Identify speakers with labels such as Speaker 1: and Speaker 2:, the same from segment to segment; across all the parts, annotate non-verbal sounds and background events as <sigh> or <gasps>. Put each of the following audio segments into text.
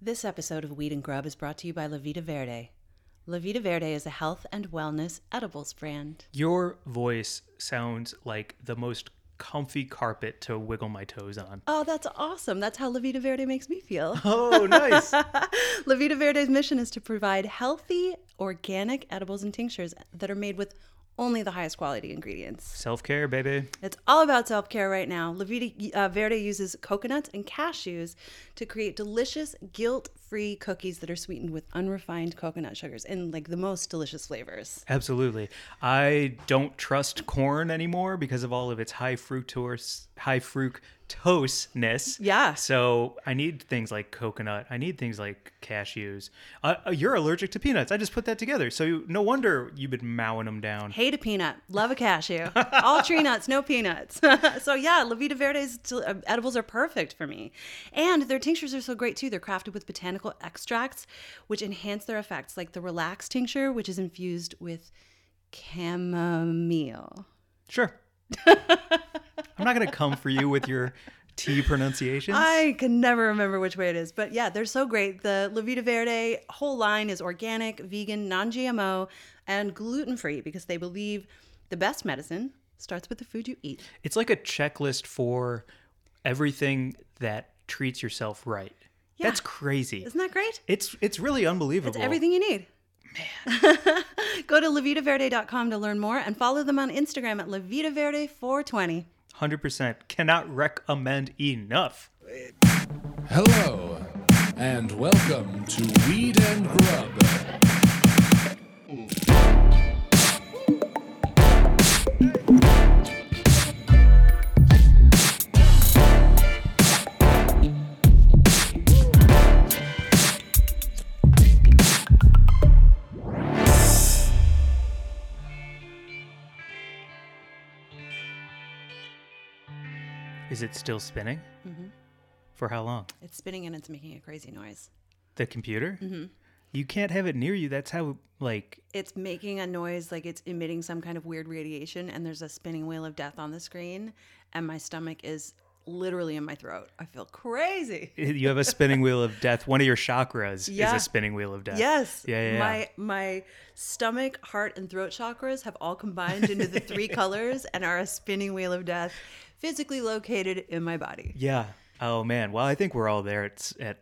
Speaker 1: This episode of Weed and Grub is brought to you by La Vida Verde. La Vida Verde is a health and wellness edibles brand.
Speaker 2: Your voice sounds like the most comfy carpet to wiggle my toes on.
Speaker 1: Oh, that's awesome. That's how La Vida Verde makes me feel.
Speaker 2: Oh, <laughs> nice.
Speaker 1: La Vida Verde's mission is to provide healthy, organic edibles and tinctures that are made with only the highest quality ingredients.
Speaker 2: Self care, baby.
Speaker 1: It's all about self care right now. La Vida uh, Verde uses coconuts and cashews to create delicious, guilt free cookies that are sweetened with unrefined coconut sugars in like the most delicious flavors.
Speaker 2: Absolutely. I don't trust corn anymore because of all of its high fructose high fructoseness.
Speaker 1: Yeah.
Speaker 2: So I need things like coconut. I need things like cashews. Uh, uh, you're allergic to peanuts. I just put that together. So no wonder you've been mowing them down.
Speaker 1: Hate a peanut, love a cashew. All tree nuts, no peanuts. <laughs> so yeah, La Vida Verde's t- uh, edibles are perfect for me, and their tinctures are so great too. They're crafted with botanical extracts, which enhance their effects, like the Relax tincture, which is infused with chamomile.
Speaker 2: Sure. I'm not gonna come for you with your T pronunciations.
Speaker 1: I can never remember which way it is, but yeah, they're so great. The La Vida Verde whole line is organic, vegan, non GMO, and gluten free because they believe the best medicine starts with the food you eat.
Speaker 2: It's like a checklist for everything that treats yourself right. That's crazy.
Speaker 1: Isn't that great?
Speaker 2: It's it's really unbelievable.
Speaker 1: It's everything you need. Man. <laughs> Go to levitaverde.com to learn more and follow them on Instagram at levitaverde420.
Speaker 2: 100% cannot recommend enough.
Speaker 3: Hello, and welcome to Weed and Grub.
Speaker 2: Is it still spinning? Mm-hmm. For how long?
Speaker 1: It's spinning and it's making a crazy noise.
Speaker 2: The computer? Mm-hmm. You can't have it near you. That's how like <laughs>
Speaker 1: It's making a noise like it's emitting some kind of weird radiation, and there's a spinning wheel of death on the screen, and my stomach is literally in my throat. I feel crazy.
Speaker 2: you have a spinning wheel of death. One of your chakras is
Speaker 1: Yeah.
Speaker 2: a spinning wheel of death.
Speaker 1: Yes.
Speaker 2: Yeah, yeah. yeah.
Speaker 1: My my stomach, heart, and throat chakras have all combined into the
Speaker 2: <laughs>
Speaker 1: three colors and are a spinning wheel of death, physically located in my body.
Speaker 2: Yeah. Oh man. Well, I think we're all there. It's at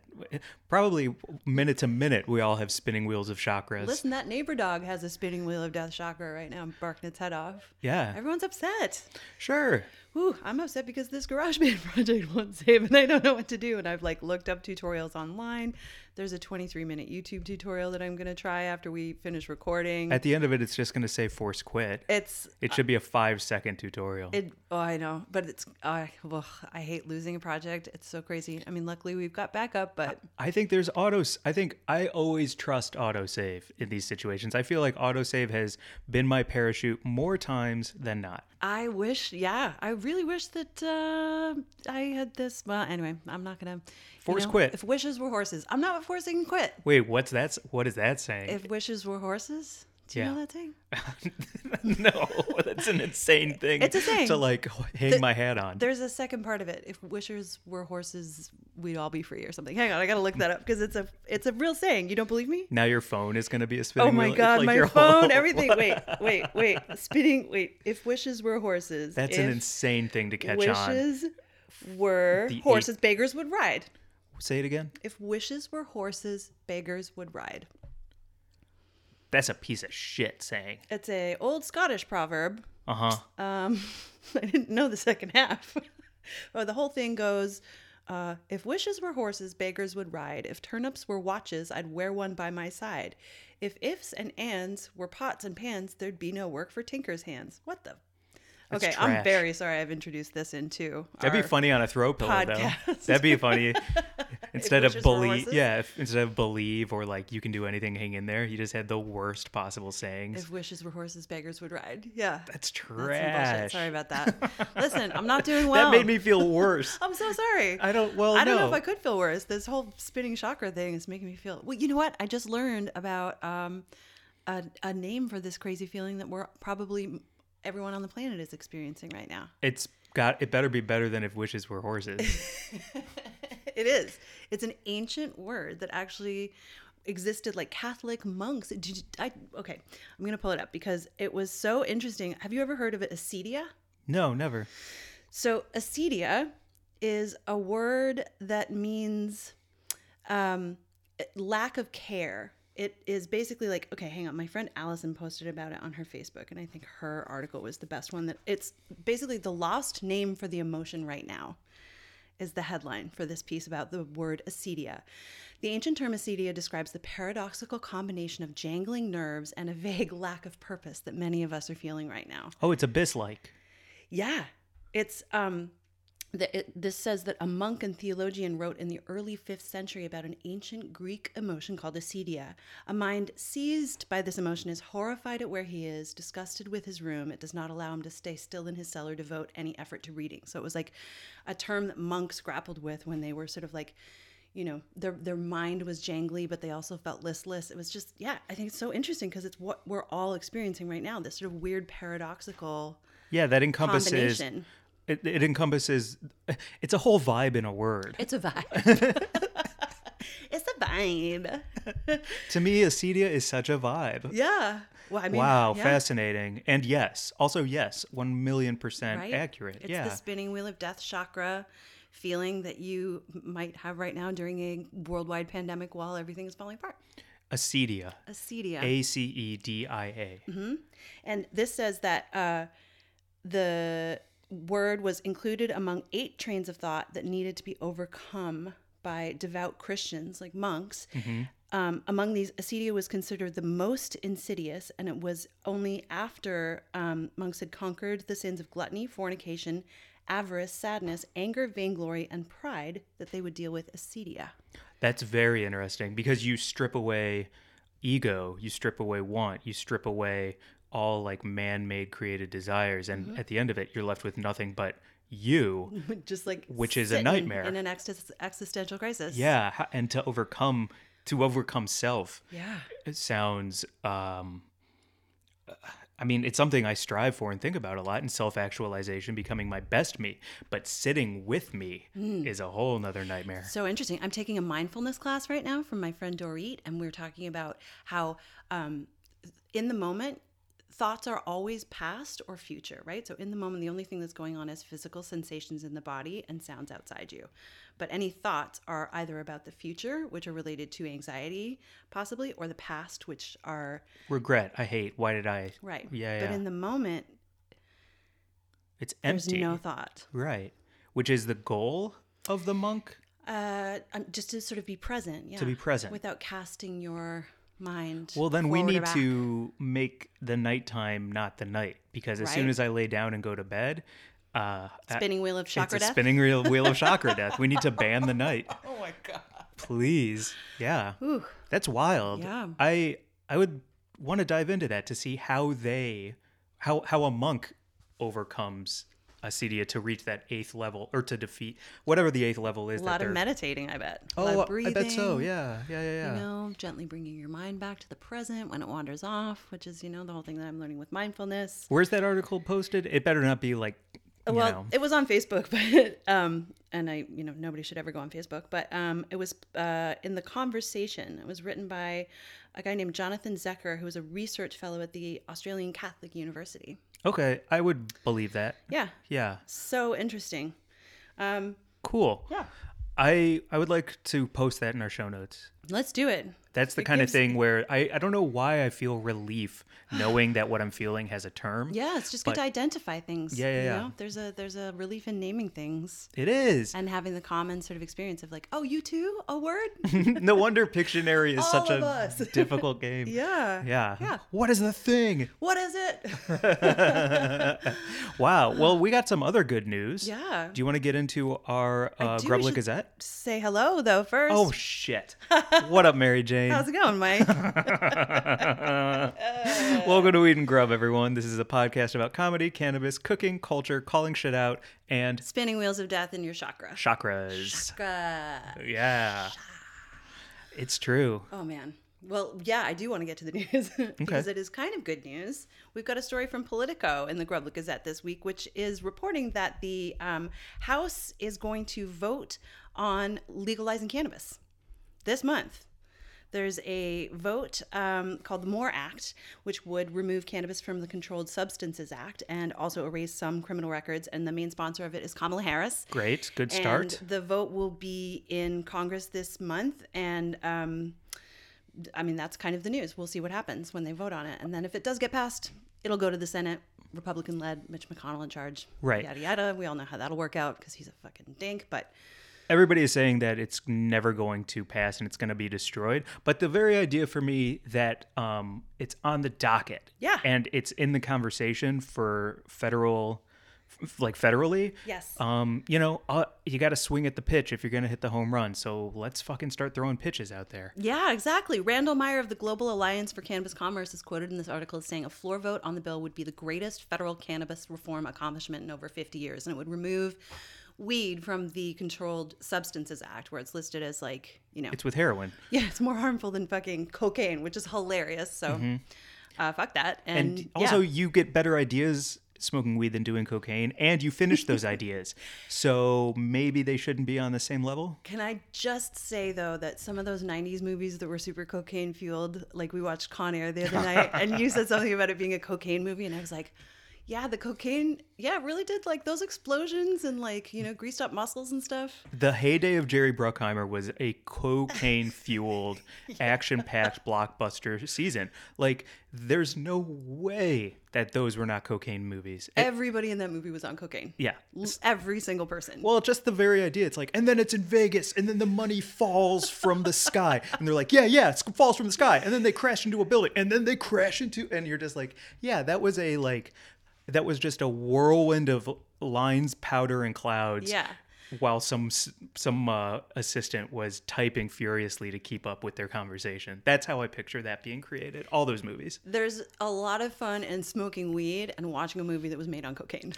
Speaker 2: probably minute to minute. We all have spinning wheels of chakras.
Speaker 1: Listen, that neighbor dog has a spinning wheel of death chakra right now, barking its head off.
Speaker 2: Yeah.
Speaker 1: Everyone's upset.
Speaker 2: sure.
Speaker 1: Ooh, I'm upset because this GarageBand <laughs> project won't save and I don't know what to do. And I've like looked up tutorials online. There's a 23 minute YouTube tutorial that I'm going to try after we finish recording.
Speaker 2: At the end of it, it's just going to say force quit.
Speaker 1: it's,
Speaker 2: It should be a five second tutorial.
Speaker 1: it, oh, I know, but it's, I ugh, I hate losing a project. It's so crazy. I mean, luckily we've got backup, but
Speaker 2: I think there's auto. I think I always trust autosave in these situations. I feel like autosave has been my parachute more times than not.
Speaker 1: I wish, yeah, I really wish that uh, I had this. Well, anyway, I'm not going to
Speaker 2: Force quit.
Speaker 1: If wishes were horses, I'm not forcing quit.
Speaker 2: Wait, what's that? s- What is that saying?
Speaker 1: If wishes were horses, do you know
Speaker 2: Yeah.
Speaker 1: that thing?
Speaker 2: <laughs> no, that's an insane thing.
Speaker 1: It's a thing.
Speaker 2: to like hang my hat on.
Speaker 1: There's a second part of it. If wishers were horses, we'd all be free or something. Hang on, I gotta look that up because it's a it's a real saying. You don't believe me?
Speaker 2: Now your phone is going to be a spinning
Speaker 1: Oh my
Speaker 2: wheel. It's
Speaker 1: god,
Speaker 2: like
Speaker 1: my
Speaker 2: your
Speaker 1: phone,
Speaker 2: whole-
Speaker 1: everything.
Speaker 2: <laughs>
Speaker 1: Wait, wait, wait. Spinning. Wait. If wishes were horses,
Speaker 2: That's
Speaker 1: if
Speaker 2: an insane thing to catch on.
Speaker 1: wishes were
Speaker 2: The eight-
Speaker 1: horses, beggars would ride.
Speaker 2: Say it again.
Speaker 1: If wishes were horses, beggars would ride.
Speaker 2: That's a piece of shit saying.
Speaker 1: It's a old Scottish proverb.
Speaker 2: Uh huh.
Speaker 1: Um, <laughs> I didn't know the second half. <laughs> oh, the whole thing goes. Uh, if wishes were horses, beggars would ride. If turnips were watches, I'd wear one by my side. If ifs and ands were pots and pans, there'd be no work for tinker's hands. What the?
Speaker 2: That's
Speaker 1: okay, I'm
Speaker 2: trash.
Speaker 1: very sorry I've introduced this into.
Speaker 2: That'd be funny on a throw pillow, though.
Speaker 1: podcast.
Speaker 2: That'd be
Speaker 1: <laughs>
Speaker 2: funny. <laughs> Instead
Speaker 1: wishes
Speaker 2: of
Speaker 1: were
Speaker 2: believe,
Speaker 1: horses?
Speaker 2: yeah, if, instead of believe or like you can do anything, hang in there. You just had the worst possible sayings.
Speaker 1: If wishes were horses, beggars would ride. Yeah.
Speaker 2: That's
Speaker 1: That's some
Speaker 2: trash.
Speaker 1: bullshit. Sorry about
Speaker 2: <laughs>
Speaker 1: that. Listen, I'm not doing well.
Speaker 2: that made me
Speaker 1: <laughs>
Speaker 2: feel worse.
Speaker 1: I'm so sorry.
Speaker 2: I don't- well,
Speaker 1: I don't know
Speaker 2: no.
Speaker 1: if I could feel worse. This whole spinning chakra thing is making me feel. Well, you know what? I just learned about um, a, a name for this crazy feeling that we're probably everyone on the planet is experiencing right now. <laughs>
Speaker 2: it's got. <laughs> It better be better than if wishes were horses.
Speaker 1: It is. It's an ancient word that actually existed like Catholic monks. Did you, I, okay, I'm going to pull it up because it was so interesting. Have you ever heard of acedia?
Speaker 2: No, never.
Speaker 1: So, acedia is a word that means um, lack of care. It is basically like, okay, hang on. My friend Allison posted about it on her Facebook, and I think her article was the best one. That it's basically the lost name for the emotion right now is the headline for this piece about the word acedia. The ancient term acedia describes the paradoxical combination of jangling nerves and a vague <laughs> lack of purpose that many of us are feeling right now.
Speaker 2: Oh, it's abyss like.
Speaker 1: Yeah, it's um, the, it, this says that a monk and theologian wrote in the early 5th century about an ancient Greek emotion called acedia. A mind seized by this emotion is horrified at where he is, disgusted with his room. It does not allow him to stay still in his cell or devote any effort to reading. So it was like a term that monks grappled with when they were sort of like, you know, their their mind was jangly, but they also felt listless. It was just, yeah, I think it's so interesting because it's what we're all experiencing right now. This sort of weird paradoxical
Speaker 2: Yeah, that encompasses.
Speaker 1: combination.
Speaker 2: It, it encompasses. <laughs> It's a whole vibe in a word.
Speaker 1: It's a vibe. <laughs> it's a vibe.
Speaker 2: to me, acedia is such a vibe.
Speaker 1: Yeah. Well, I mean,
Speaker 2: wow,
Speaker 1: yeah.
Speaker 2: fascinating. And yes, also yes, one million percent
Speaker 1: Right?
Speaker 2: accurate.
Speaker 1: It's
Speaker 2: yeah.
Speaker 1: the spinning wheel of death chakra feeling that you might have right now during a worldwide pandemic while everything is falling apart.
Speaker 2: Acedia.
Speaker 1: Acedia.
Speaker 2: A C E D I A.
Speaker 1: And this says that uh, the word was included among eight trains of thought that needed to be overcome by devout Christians, like monks.
Speaker 2: Mm-hmm.
Speaker 1: Um, among these, acedia was considered the most insidious, and it was only after um, monks had conquered the sins of gluttony, fornication, avarice, sadness, anger, vainglory, and pride that they would deal with acedia.
Speaker 2: That's very interesting because you strip away ego, you strip away want, you strip away all like man-made created desires and at the end of it you're left with nothing but you.
Speaker 1: <laughs> Just like
Speaker 2: Which is a
Speaker 1: sitting
Speaker 2: nightmare.
Speaker 1: in an exis- existential crisis.
Speaker 2: Yeah, ho- and to overcome to overcome self
Speaker 1: yeah.
Speaker 2: it sounds um I mean, it's something I strive for and think about a lot in self-actualization, becoming my best me. But sitting with me is a whole nother nightmare.
Speaker 1: So interesting. I'm taking a mindfulness class right now from my friend Dorit, and we're talking about how um, in the moment, thoughts are always past or future, right? So in the moment, the only thing that's going on is physical sensations in the body and sounds outside you. But any thoughts are either about the future, which are related to anxiety, possibly, or the past, which are
Speaker 2: Regret, I hate. Why did I?
Speaker 1: right.
Speaker 2: Yeah,
Speaker 1: But
Speaker 2: yeah.
Speaker 1: in the moment,
Speaker 2: It's
Speaker 1: there's
Speaker 2: empty.
Speaker 1: no thought.
Speaker 2: Right. Which is the goal of the monk?
Speaker 1: Uh, um, just to sort of be present, yeah.
Speaker 2: be present.
Speaker 1: without casting your mind.
Speaker 2: Well, then we
Speaker 1: forward or
Speaker 2: need
Speaker 1: back.
Speaker 2: to make the nighttime not the night because as soon
Speaker 1: Right.
Speaker 2: as I lay down and go to bed, uh, that-
Speaker 1: spinning wheel of
Speaker 2: it's
Speaker 1: chakra
Speaker 2: a
Speaker 1: death.
Speaker 2: spinning wheel,
Speaker 1: <laughs>
Speaker 2: wheel of chakra death. We need to ban the night. Oh my god! Please, yeah,
Speaker 1: Ooh.
Speaker 2: that's wild.
Speaker 1: Yeah.
Speaker 2: I I would want to dive into that to see how they how how a monk overcomes acedia to reach that eighth level or to defeat whatever the eighth level is.
Speaker 1: A
Speaker 2: that
Speaker 1: lot of
Speaker 2: they're-
Speaker 1: meditating, I bet. A lot
Speaker 2: Oh,
Speaker 1: of breathing,
Speaker 2: I bet so. Yeah, yeah, yeah, yeah.
Speaker 1: You know, gently bringing your mind back to the present when it wanders off, which is, you know, the whole thing that I'm learning with mindfulness.
Speaker 2: Where's that article posted? It better not be like, you
Speaker 1: well,
Speaker 2: know,
Speaker 1: it was on Facebook, <laughs> but um, and I, you know, nobody should ever go on Facebook, but um, it was uh, in the conversation. It was written by a guy named Jonathan Zecker, who was a research fellow at the Australian Catholic University.
Speaker 2: okay, I would believe that.
Speaker 1: Yeah,
Speaker 2: Yeah,
Speaker 1: so interesting. Um,
Speaker 2: cool.
Speaker 1: Yeah.
Speaker 2: I I would like to post that in our show notes.
Speaker 1: let's do it.
Speaker 2: That's the
Speaker 1: It
Speaker 2: kind
Speaker 1: gives-
Speaker 2: of thing where I I don't know why I feel
Speaker 1: <gasps>
Speaker 2: relief knowing that what I'm feeling has a term.
Speaker 1: Yeah, it's just good to
Speaker 2: But-
Speaker 1: identify things.
Speaker 2: Yeah, yeah,
Speaker 1: you
Speaker 2: yeah.
Speaker 1: know? There's a there's a relief in naming things
Speaker 2: It is.
Speaker 1: and having the common sort of experience of like, oh, you too, a word.
Speaker 2: <laughs> no wonder Pictionary is
Speaker 1: <laughs>
Speaker 2: such
Speaker 1: All of
Speaker 2: a
Speaker 1: us.
Speaker 2: difficult game.
Speaker 1: yeah.
Speaker 2: Yeah.
Speaker 1: Yeah.
Speaker 2: What is the thing?
Speaker 1: What is it?
Speaker 2: Wow. Well, we got some other good news.
Speaker 1: Yeah.
Speaker 2: Do you want to get into our
Speaker 1: <laughs>
Speaker 2: uh,
Speaker 1: do. We
Speaker 2: Grubla
Speaker 1: should-
Speaker 2: Gazette?
Speaker 1: Say hello though first.
Speaker 2: Oh
Speaker 1: <laughs>
Speaker 2: shit! what up, Mary Jane?
Speaker 1: how's it going,
Speaker 2: <laughs>
Speaker 1: Mike?
Speaker 2: Welcome to Weed and Grub, everyone. This is a podcast about comedy, cannabis, cooking, culture, calling shit out, and
Speaker 1: Spinning wheels of death in your chakra.
Speaker 2: chakras.
Speaker 1: Chakra.
Speaker 2: Yeah, it's true.
Speaker 1: Oh man. Well, yeah, I do want to get to the <laughs> news because it is kind of good news. We've got a story from Politico in the Grubler Gazette this week, which is reporting that the um, House is going to vote on legalizing cannabis this month. There's a vote um, called the Moore Act, which would remove cannabis from the Controlled Substances Act and also erase some criminal records. And the main sponsor of it is Kamala Harris.
Speaker 2: Great. Good start.
Speaker 1: And the vote will be in Congress this month. And um, I mean, that's kind of the news. We'll see what happens when they vote on it. And then if it does get passed, it'll go to the Senate, Republican led, Mitch McConnell in charge.
Speaker 2: Right.
Speaker 1: Yada, yada. We all know how that'll work out because he's a fucking dink. But
Speaker 2: Everybody is saying that it's never going to pass and it's going to be destroyed. But the very idea for me that um, it's on the docket,
Speaker 1: Yeah.
Speaker 2: and it's in the conversation for federal, f- like federally,
Speaker 1: Yes.
Speaker 2: Um, you know, uh, you got to swing at the pitch if you're going to hit the home run. So let's fucking start throwing pitches out there.
Speaker 1: Yeah, exactly. Randall Meyer of the Global Alliance for Cannabis Commerce is quoted in this article as saying a floor vote on the bill would be the greatest federal cannabis reform accomplishment in over 50 years, and it would remove weed from the Controlled Substances Act, where it's listed as like, you know,
Speaker 2: It's with heroin.
Speaker 1: <laughs> yeah, it's more harmful than fucking cocaine, which is hilarious. So, uh, fuck that. And,
Speaker 2: Mm-hmm. and also
Speaker 1: yeah.
Speaker 2: you get better ideas smoking weed than doing cocaine and you finish those <laughs> ideas so maybe they shouldn't be on the same level
Speaker 1: Can I just say though that some of those '90s movies that were super cocaine fueled, like we watched Con Air the other night, and you said something about it being a cocaine movie, and I was like, "Yeah, the cocaine, yeah, it really did like those explosions and like you know greased up muscles and stuff."
Speaker 2: the heyday of jerry bruckheimer was a cocaine fueled action-packed blockbuster season like there's no way that those were not cocaine movies It-
Speaker 1: Everybody in that movie was on cocaine.
Speaker 2: yeah
Speaker 1: L- every single person.
Speaker 2: well just the very idea it's like and then it's in vegas and then the money falls from the sky and they're like yeah yeah it falls from the sky and then they crash into a building and then they crash into and you're just like yeah that was a like that was just a whirlwind of lines powder and clouds
Speaker 1: Yeah.
Speaker 2: while some s- some uh, assistant was typing furiously to keep up with their conversation that's how i picture that being created all those movies
Speaker 1: There's a lot of fun in smoking weed and watching a movie that was made on
Speaker 2: <laughs>
Speaker 1: cocaine.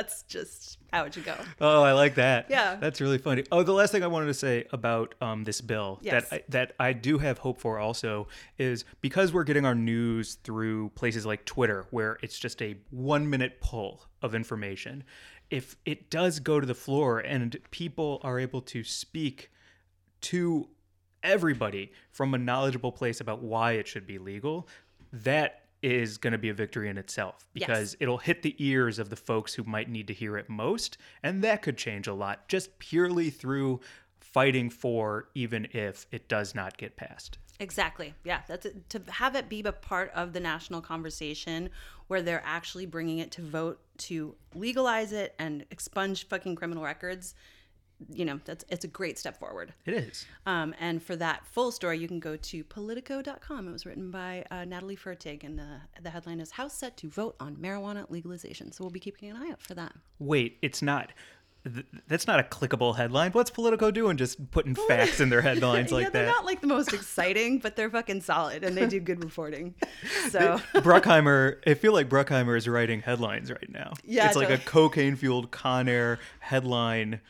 Speaker 1: That's just how it should go.
Speaker 2: <laughs> Oh, I like that.
Speaker 1: Yeah.
Speaker 2: that's really funny. Oh, the last thing I wanted to say about um, this bill
Speaker 1: Yes.
Speaker 2: that I, that I do have hope for also is because we're getting our news through places like Twitter, where it's just a one minute pull of information. If it does go to the floor and people are able to speak to everybody from a knowledgeable place about why it should be legal, that is going to be a victory in itself
Speaker 1: Yes.
Speaker 2: because it'll hit the ears of the folks who might need to hear it most. And that could change a lot just purely through fighting for, even if it does not get passed.
Speaker 1: Exactly. Yeah, that's it. to have it be a part of the national conversation where they're actually bringing it to vote to legalize it and expunge fucking criminal records. You know, that's it's a great step forward.
Speaker 2: It is.
Speaker 1: Um, and for that full story, you can go to politico.com. It was written by uh, Natalie Fertig, and the, the headline is House Set to Vote on Marijuana Legalization. So we'll be keeping an eye out for that.
Speaker 2: Wait, it's not. th- That's not a clickable headline. What's Politico doing?
Speaker 1: <laughs>
Speaker 2: Just putting facts in their headlines like
Speaker 1: yeah, they're
Speaker 2: that.
Speaker 1: not like the most exciting, but they're fucking solid and they do good
Speaker 2: <laughs>
Speaker 1: reporting. So.
Speaker 2: Bruckheimer, I feel like Bruckheimer is writing headlines right now.
Speaker 1: Yeah,
Speaker 2: it's like a
Speaker 1: totally.
Speaker 2: cocaine fueled Con Air headline.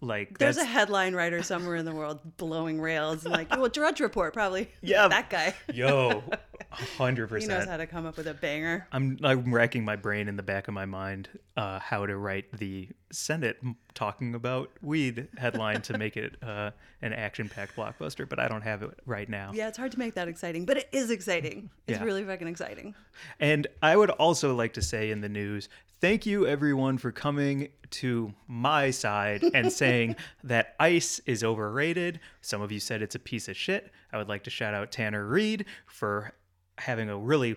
Speaker 2: Like
Speaker 1: There's
Speaker 2: that's
Speaker 1: a headline writer somewhere in the world blowing rails and like, well, Drudge Report probably.
Speaker 2: <laughs> Yeah.
Speaker 1: that guy.
Speaker 2: <laughs> yo, a hundred
Speaker 1: He knows how
Speaker 2: percent.
Speaker 1: to come up with a banger.
Speaker 2: I'm I'm racking my brain in the back of my mind uh, how to write the Senate m- talking about weed headline to make it uh, an action packed blockbuster, but I don't have it right now.
Speaker 1: Yeah, it's hard to make that exciting, but it is exciting. It's
Speaker 2: Yeah. Uh,
Speaker 1: really fucking exciting.
Speaker 2: And I would also like to say in the news, thank you everyone for coming to my side
Speaker 1: <laughs>
Speaker 2: and saying that ice is overrated. Some of you said it's a piece of shit. I would like to shout out Tanner Reed for having a really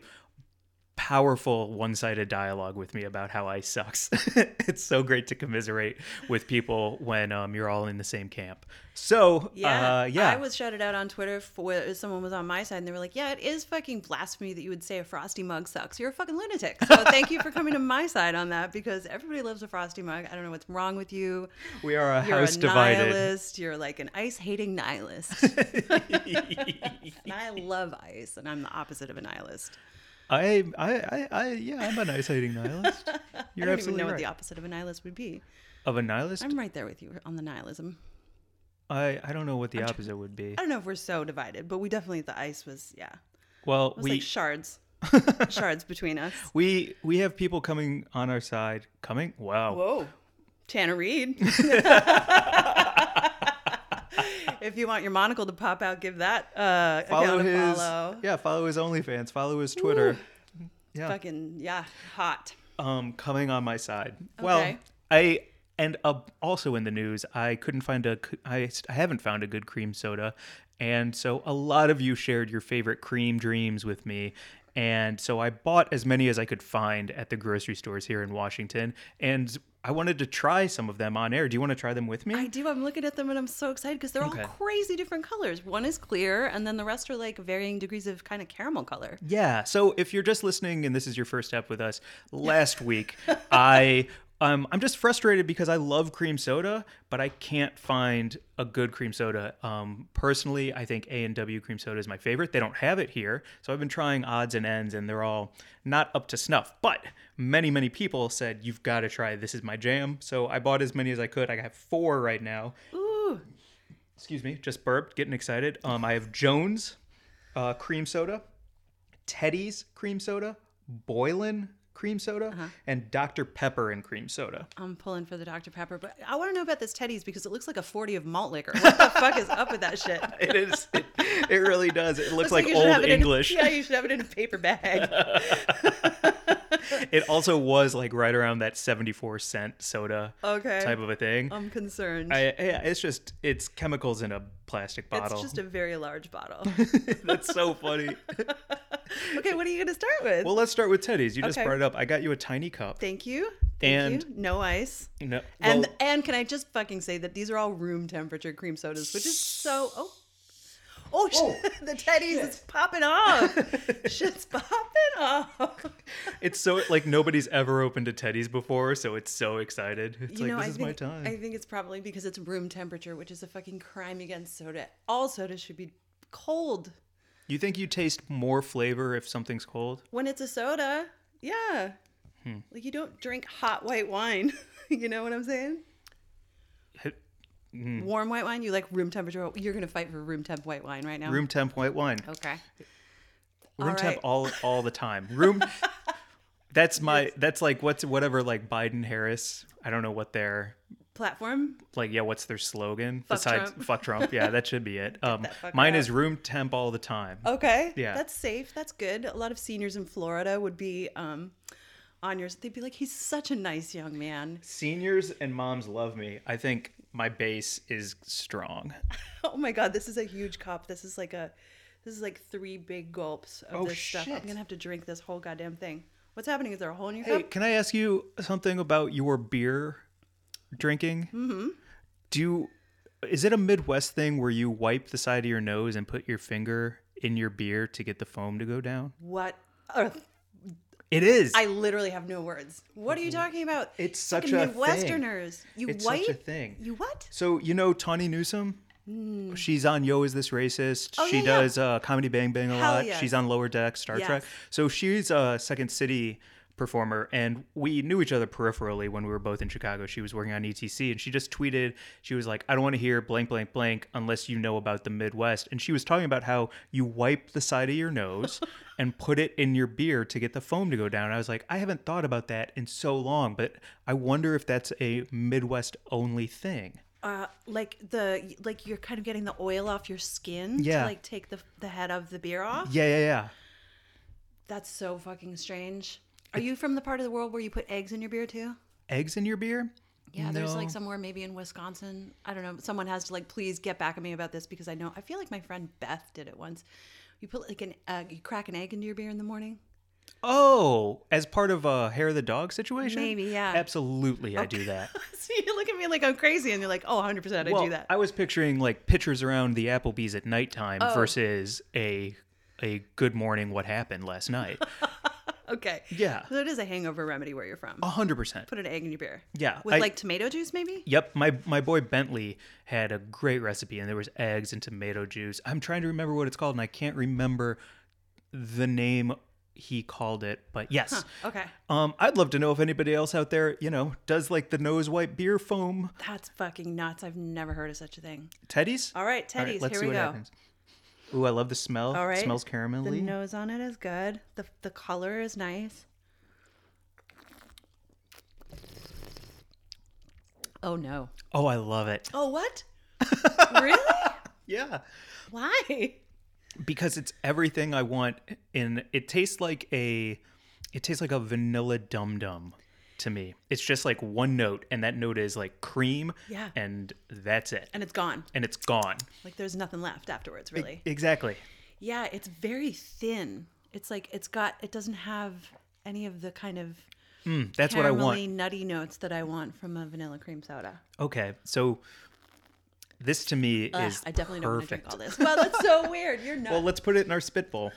Speaker 2: powerful one-sided dialogue with me about how ice sucks. <laughs> it's so great to commiserate with people when um, you're all in the same camp. So
Speaker 1: Yeah,
Speaker 2: uh, yeah.
Speaker 1: I was shouted out on Twitter for someone was on my side and they were like, "Yeah, it is fucking blasphemy that you would say a frosty mug sucks. You're a fucking lunatic." So thank you for coming to my side on that because everybody loves a frosty mug. I don't know what's wrong with you.
Speaker 2: we are a
Speaker 1: You're
Speaker 2: house
Speaker 1: a
Speaker 2: divided.
Speaker 1: nihilist. You're like an ice hating nihilist.
Speaker 2: <laughs>
Speaker 1: and I love ice, and I'm the opposite of a nihilist.
Speaker 2: I, I, I, I, yeah, I'm a nice hating
Speaker 1: <laughs>
Speaker 2: nihilist.
Speaker 1: I
Speaker 2: You're
Speaker 1: don't even
Speaker 2: absolutely
Speaker 1: know
Speaker 2: right.
Speaker 1: what the opposite of a nihilist would be.
Speaker 2: of a nihilist,
Speaker 1: I'm right there with you on the nihilism.
Speaker 2: I, I don't know what the opposite would be.
Speaker 1: I don't know if we're so divided, but we definitely the ice was yeah. It
Speaker 2: Well,
Speaker 1: was
Speaker 2: we
Speaker 1: like
Speaker 2: <laughs>
Speaker 1: shards, shards between us.
Speaker 2: we we have people coming on our side. Coming? Wow.
Speaker 1: Whoa, Tanner Reed.
Speaker 2: <laughs>
Speaker 1: if you want your monocle to pop out, give that uh,
Speaker 4: Follow
Speaker 1: account a
Speaker 4: his
Speaker 1: follow.
Speaker 4: yeah. Follow his OnlyFans. Follow his Twitter. Yeah.
Speaker 1: Fucking yeah, hot.
Speaker 4: um coming on my side. Well,
Speaker 1: Okay.
Speaker 2: I and uh, also in the news, I couldn't find a. c- I, s- I haven't found a good cream soda, and so a lot of you shared your favorite cream dreams with me, and so I bought as many as I could find at the grocery stores here in Washington, and I wanted to try some of them on air. Do you want to try them with me?
Speaker 1: I do. I'm looking at them and I'm so excited because they're
Speaker 2: Okay.
Speaker 1: all crazy different colors. One is clear, and then the rest are like varying degrees of kind of caramel color.
Speaker 2: Yeah. So if you're just listening and this is your first step with us, last week I um, I'm just frustrated because I love cream soda, but I can't find a good cream soda. Um, personally, I think A and W cream soda is my favorite. They don't have it here, so I've been trying odds and ends, and they're all not up to snuff. But many, many people said you've got to try. This is my jam. So I bought as many as I could. I have four right now.
Speaker 1: Ooh,
Speaker 2: Excuse me, just burped, getting excited. Um, I have Jones uh, cream soda, Teddy's cream soda, Boylan cream soda,
Speaker 1: Uh-huh.
Speaker 2: and Dr. Pepper and
Speaker 1: <laughs>
Speaker 2: cream soda.
Speaker 1: I'm pulling for the Dr. Pepper, but I want to know about this Teddy's because it looks like a 40 of malt liquor. What the fuck is up with that
Speaker 2: <laughs>
Speaker 1: shit?
Speaker 2: It is, it, it really does. It looks, like,
Speaker 1: you should have
Speaker 2: old
Speaker 1: it in- <laughs>
Speaker 2: English.
Speaker 1: yeah, you should have it in a paper bag.
Speaker 2: <laughs> It also was like right around that 74 cent soda
Speaker 1: Okay. Um,
Speaker 2: type of a thing.
Speaker 1: I'm concerned.
Speaker 2: I, yeah, it's just, it's chemicals in a plastic bottle.
Speaker 1: It's
Speaker 2: <laughs>
Speaker 1: just a very large bottle. <laughs>
Speaker 2: That's so funny.
Speaker 1: okay, what are you going to start with?
Speaker 2: well, let's start with Teddy's. You just
Speaker 1: Okay.
Speaker 2: brought it up. I got you a tiny cup.
Speaker 1: thank you. Thank
Speaker 2: and-
Speaker 1: you. No ice.
Speaker 2: No,
Speaker 1: And
Speaker 2: well-
Speaker 1: and can I just fucking say that these are all room temperature cream sodas, which is so oh oh, shit, <laughs> the teddies it's popping off,
Speaker 2: <laughs>
Speaker 1: shit's popping off.
Speaker 2: It's so like nobody's ever opened a Teddy's before, so it's so excited. It's like this
Speaker 1: I
Speaker 2: is
Speaker 1: think,
Speaker 2: my time.
Speaker 1: I think it's probably because it's room temperature, which is a fucking crime against soda. All sodas should be cold
Speaker 2: You think you taste more flavor if something's cold?
Speaker 1: when it's a soda. Yeah,
Speaker 2: Hmm.
Speaker 1: like you don't drink hot white wine. <laughs> you know what I'm saying?
Speaker 2: hmm.
Speaker 1: Warm white wine. You like room temperature. You're gonna fight for room temp white wine right now.
Speaker 2: Room temp white wine.
Speaker 1: Okay.
Speaker 2: Room
Speaker 1: all
Speaker 2: temp
Speaker 1: right.
Speaker 2: all all the time.
Speaker 1: <laughs>
Speaker 2: Room That's my that's like what's whatever like Biden Harris. I don't know what their
Speaker 1: Platform.
Speaker 2: like yeah, what's their slogan
Speaker 1: Fuck
Speaker 2: besides
Speaker 1: Trump.
Speaker 2: fuck Trump. Yeah, that should
Speaker 1: <laughs>
Speaker 2: be it. Um
Speaker 1: fuck Oh.
Speaker 2: mine
Speaker 1: up.
Speaker 2: is room temp all the time.
Speaker 1: Okay.
Speaker 2: Yeah.
Speaker 1: That's safe. That's good. A lot of seniors in Florida would be um, on your. They'd be like, he's such a nice young man. <laughs>
Speaker 2: Seniors and moms love me. I think my base is strong.
Speaker 1: Oh my God, this is a huge cup. This is like a. This is like three big gulps of
Speaker 2: Oh,
Speaker 1: this stuff. I'm
Speaker 2: shit.
Speaker 1: gonna have to drink this whole goddamn thing. What's happening? Is there a hole in your
Speaker 2: Hey,
Speaker 1: cup?
Speaker 2: can I ask you something about your beer drinking? Mm-hmm. Do you, is it a Midwest thing where you wipe the side of your nose and put your finger in your beer to get the foam to go down?
Speaker 1: What? Oh,
Speaker 2: It is.
Speaker 1: I literally have no words. What are you talking about?
Speaker 2: Mm-hmm. It's
Speaker 1: Fucking
Speaker 2: such a thing.
Speaker 1: Midwesterners. You
Speaker 2: it's
Speaker 1: white.
Speaker 2: such a thing.
Speaker 1: You what?
Speaker 2: So you know Tawny Newsom? She's on Yo Is This Racist?
Speaker 1: Hmm. Oh,
Speaker 2: she
Speaker 1: yeah, yeah.
Speaker 2: does uh, Comedy Bang Bang a
Speaker 1: Hell
Speaker 2: lot.
Speaker 1: yes.
Speaker 2: She's on Lower Deck, Star
Speaker 1: Yes.
Speaker 2: Trek. So she's a Second City performer, and we knew each other peripherally when we were both in Chicago. She was working on ETC, and she just tweeted, she was like, I don't want to hear blank, blank, blank unless you know about the Midwest. And she was talking about how you wipe the side of
Speaker 1: <laughs>
Speaker 2: your nose and put it in your beer to get the foam to go down. I was like, I haven't thought about that in so long, but I wonder if that's a Midwest only thing.
Speaker 1: Uh, like the like you're kind of getting the oil off your skin
Speaker 2: Yeah.
Speaker 1: to like take the the head of the beer off.
Speaker 2: Yeah, yeah, yeah.
Speaker 1: That's so fucking strange. Are you from the part of the world where you put eggs in your beer too?
Speaker 2: Eggs in your beer?
Speaker 1: Yeah, there's like
Speaker 2: No.
Speaker 1: somewhere maybe in Wisconsin. I don't know. Someone has to like please get back at me about this because I know I feel like my friend Beth did it once. You put like an egg, you crack an egg into your beer in the morning. <laughs>
Speaker 2: Oh, as part of a hair of the dog situation?
Speaker 1: Maybe, yeah.
Speaker 2: Absolutely, I
Speaker 1: <laughs>
Speaker 2: do that.
Speaker 1: so you look at me like I'm crazy and you're like, "Oh, 100% I
Speaker 2: well,
Speaker 1: do that."
Speaker 2: I was picturing like pictures around the Applebee's at nighttime
Speaker 1: Oh.
Speaker 2: versus a a good morning what happened last night.
Speaker 1: okay.
Speaker 2: yeah.
Speaker 1: So it is a hangover remedy where you're from.
Speaker 2: A hundred percent.
Speaker 1: Put an egg in your beer.
Speaker 2: Yeah,
Speaker 1: With
Speaker 2: I-
Speaker 1: like tomato juice maybe?
Speaker 2: Yep, my my boy Bentley had a great recipe, and there was eggs and tomato juice. I'm trying to remember what it's called, and I can't remember the name he called it. But yes,
Speaker 1: Okay.
Speaker 2: Um, I'd love to know if anybody else out there, you know, does like the nose wipe beer foam
Speaker 1: That's fucking nuts. I've never heard of such a thing.
Speaker 2: teddies.
Speaker 1: All right, Teddy's, here we go.
Speaker 2: Ooh, I love the smell.
Speaker 1: All right.
Speaker 2: It smells
Speaker 1: The
Speaker 2: caramelly.
Speaker 1: nose on it is good. The the color is nice. Oh no.
Speaker 2: Oh, I love it.
Speaker 1: Oh
Speaker 2: <laughs>
Speaker 1: what? really?
Speaker 4: Yeah.
Speaker 1: Why?
Speaker 2: because it's everything I want. In it tastes like a, it tastes like a vanilla dum dum, to me. It's just like one note, and that note is like cream.
Speaker 1: Yeah.
Speaker 2: And that's it,
Speaker 1: And it's gone.
Speaker 2: and it's gone.
Speaker 1: Like there's nothing left afterwards, really.
Speaker 2: Exactly.
Speaker 1: yeah, it's very thin. It's like it's got it doesn't have any of the kind of
Speaker 2: That's what I
Speaker 1: caramelly,
Speaker 2: want.
Speaker 1: nutty notes that I want from a vanilla cream soda.
Speaker 2: Okay, so this to me
Speaker 1: Ugh,
Speaker 2: is
Speaker 1: I definitely don't want to drink
Speaker 2: perfect.
Speaker 1: all this. Well, that's so weird. You're not.
Speaker 2: Well, let's put it in
Speaker 1: <laughs>
Speaker 2: our spitball.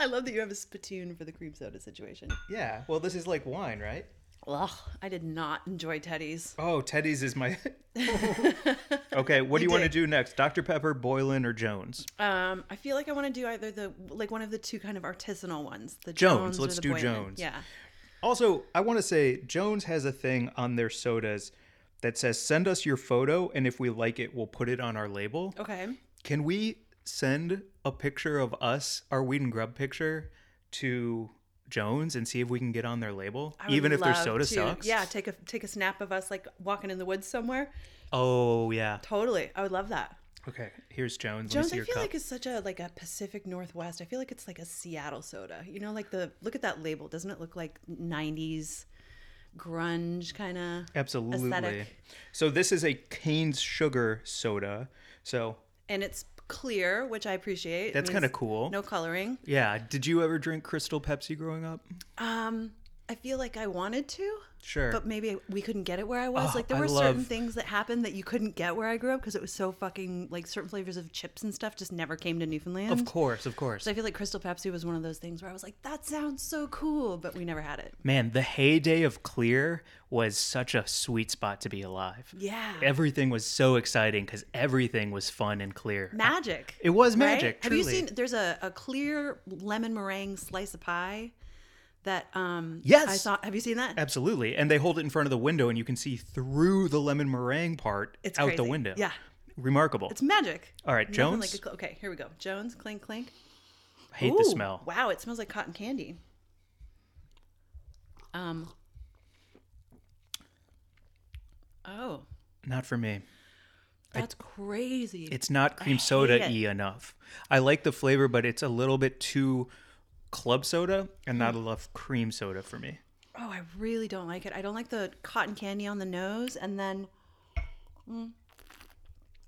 Speaker 1: I love that you have a spittoon for the cream soda situation.
Speaker 2: yeah. Well, this is like wine, right?
Speaker 1: Ugh, I did not enjoy Teddy's.
Speaker 2: Oh, Teddy's is <laughs> my. okay, what do you want to
Speaker 1: did.
Speaker 2: do next? Dr. Pepper, Boylan, or Jones?
Speaker 1: Um, I feel like I want to do either the like one of the two kind of artisanal ones. The
Speaker 2: Jones,
Speaker 1: or
Speaker 2: let's
Speaker 1: the
Speaker 2: do
Speaker 1: Boylan.
Speaker 2: Jones.
Speaker 1: Yeah.
Speaker 2: Also, I want to say Jones has a thing on their sodas that says send us your photo and if we like it we'll put it on our label.
Speaker 1: Okay.
Speaker 2: Can we send a picture of us, our Weed and Grub picture to Jones and see if we can get on their label
Speaker 1: I would
Speaker 2: even if their
Speaker 1: love
Speaker 2: soda
Speaker 1: to-
Speaker 2: sucks?
Speaker 1: Yeah, take a take a snap of us like walking in the woods somewhere.
Speaker 2: Oh, yeah.
Speaker 1: Totally, I would love that.
Speaker 2: Okay, here's Jones.
Speaker 1: Jones,
Speaker 2: Let me
Speaker 1: I feel
Speaker 2: see your cup.
Speaker 1: like it's such a like a Pacific Northwest. I feel like it's like a Seattle soda. You know, like the look at that label. Doesn't it look like '90s grunge kind of?
Speaker 2: Absolutely.
Speaker 1: aesthetic.
Speaker 2: So this is a Cane's Sugar soda. So
Speaker 1: And it's clear, which I appreciate. It
Speaker 2: That's
Speaker 1: means
Speaker 2: kinda cool.
Speaker 1: No coloring.
Speaker 2: yeah, did you ever drink Crystal Pepsi growing up?
Speaker 1: Um, I feel like I wanted to,
Speaker 2: Sure.
Speaker 1: but maybe we couldn't get it where I was.
Speaker 2: Oh,
Speaker 1: like there
Speaker 2: I
Speaker 1: were certain
Speaker 2: love-
Speaker 1: things that happened that you couldn't get where I grew up because it was so fucking like certain flavors of chips and stuff just never came to Newfoundland.
Speaker 2: of course, of course.
Speaker 1: So I feel like Crystal Pepsi was one of those things where I was like, that sounds so cool, but we never had it.
Speaker 2: Man, the heyday of Clear was such a sweet spot to be alive.
Speaker 1: Yeah.
Speaker 2: Everything was so exciting because everything was fun and clear.
Speaker 1: magic.
Speaker 2: It was
Speaker 1: right?
Speaker 2: magic,
Speaker 1: Have you
Speaker 2: truly.
Speaker 1: seen? There's a, a clear lemon meringue slice of pie that um I
Speaker 2: Yes.
Speaker 1: saw. Have you seen that?
Speaker 2: Absolutely. And they hold it in front of the window and you can see through the lemon meringue part
Speaker 1: It's
Speaker 2: out the
Speaker 1: crazy.
Speaker 2: window.
Speaker 1: Yeah.
Speaker 2: Remarkable.
Speaker 1: It's magic.
Speaker 2: All right,
Speaker 1: Nothing
Speaker 2: Jones.
Speaker 1: Like a cl- okay, here we go. Jones, clink, clink.
Speaker 2: Hate
Speaker 1: Ooh,
Speaker 2: the smell.
Speaker 1: Wow, it smells like cotton candy. Um. Oh,
Speaker 2: Not for me.
Speaker 1: that's crazy.
Speaker 2: It's not cream soda
Speaker 1: it.
Speaker 2: y enough. I like the flavor, but it's a little bit too club soda
Speaker 1: Mm-hmm.
Speaker 2: and not enough cream soda for me.
Speaker 1: Oh, I really don't like it. I don't like the cotton candy on the nose, and then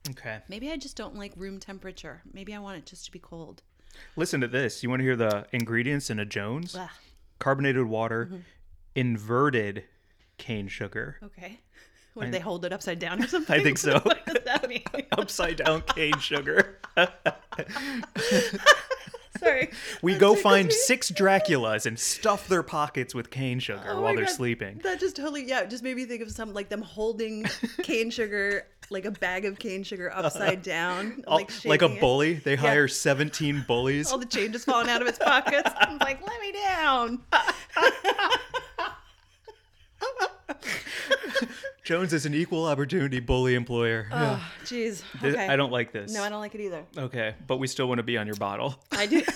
Speaker 2: Okay.
Speaker 1: maybe I just don't like room temperature. Maybe I want it just to be cold.
Speaker 2: Listen to this. You want to hear the ingredients in a Jones?
Speaker 1: Ugh.
Speaker 2: carbonated water,
Speaker 1: Mm-hmm.
Speaker 2: inverted cane sugar,
Speaker 1: <laughs> Okay. What did they hold it upside
Speaker 2: <laughs>
Speaker 1: down or something?
Speaker 2: think so.
Speaker 1: <laughs> what does that
Speaker 2: <laughs>
Speaker 1: mean?
Speaker 2: upside down
Speaker 1: <laughs>
Speaker 2: cane sugar. <laughs>
Speaker 1: Sorry.
Speaker 2: We
Speaker 1: That
Speaker 2: go
Speaker 1: tickles
Speaker 2: find
Speaker 1: me.
Speaker 2: six Draculas and stuff their pockets with cane sugar
Speaker 1: Oh
Speaker 2: while
Speaker 1: my
Speaker 2: they're
Speaker 1: God.
Speaker 2: sleeping.
Speaker 1: That just totally yeah, it just made me think of some like them
Speaker 2: <laughs>
Speaker 1: holding cane sugar, like a bag of cane sugar upside down,
Speaker 2: All-
Speaker 1: like
Speaker 2: Like, a
Speaker 1: shaking Oh. it.
Speaker 2: bully, they hire 17
Speaker 1: <laughs>
Speaker 2: bullies.
Speaker 1: All the change is falling out of its pockets.
Speaker 2: <laughs>
Speaker 1: I'm like, let me down.
Speaker 2: Jones is an equal opportunity bully employer. Yeah.
Speaker 1: Oh, jeez.
Speaker 2: Th-
Speaker 1: Okay.
Speaker 2: <laughs> I don't like this.
Speaker 1: No, I don't like it either.
Speaker 2: Okay, but we still want to be on your bottle. <laughs>
Speaker 1: I do. <laughs>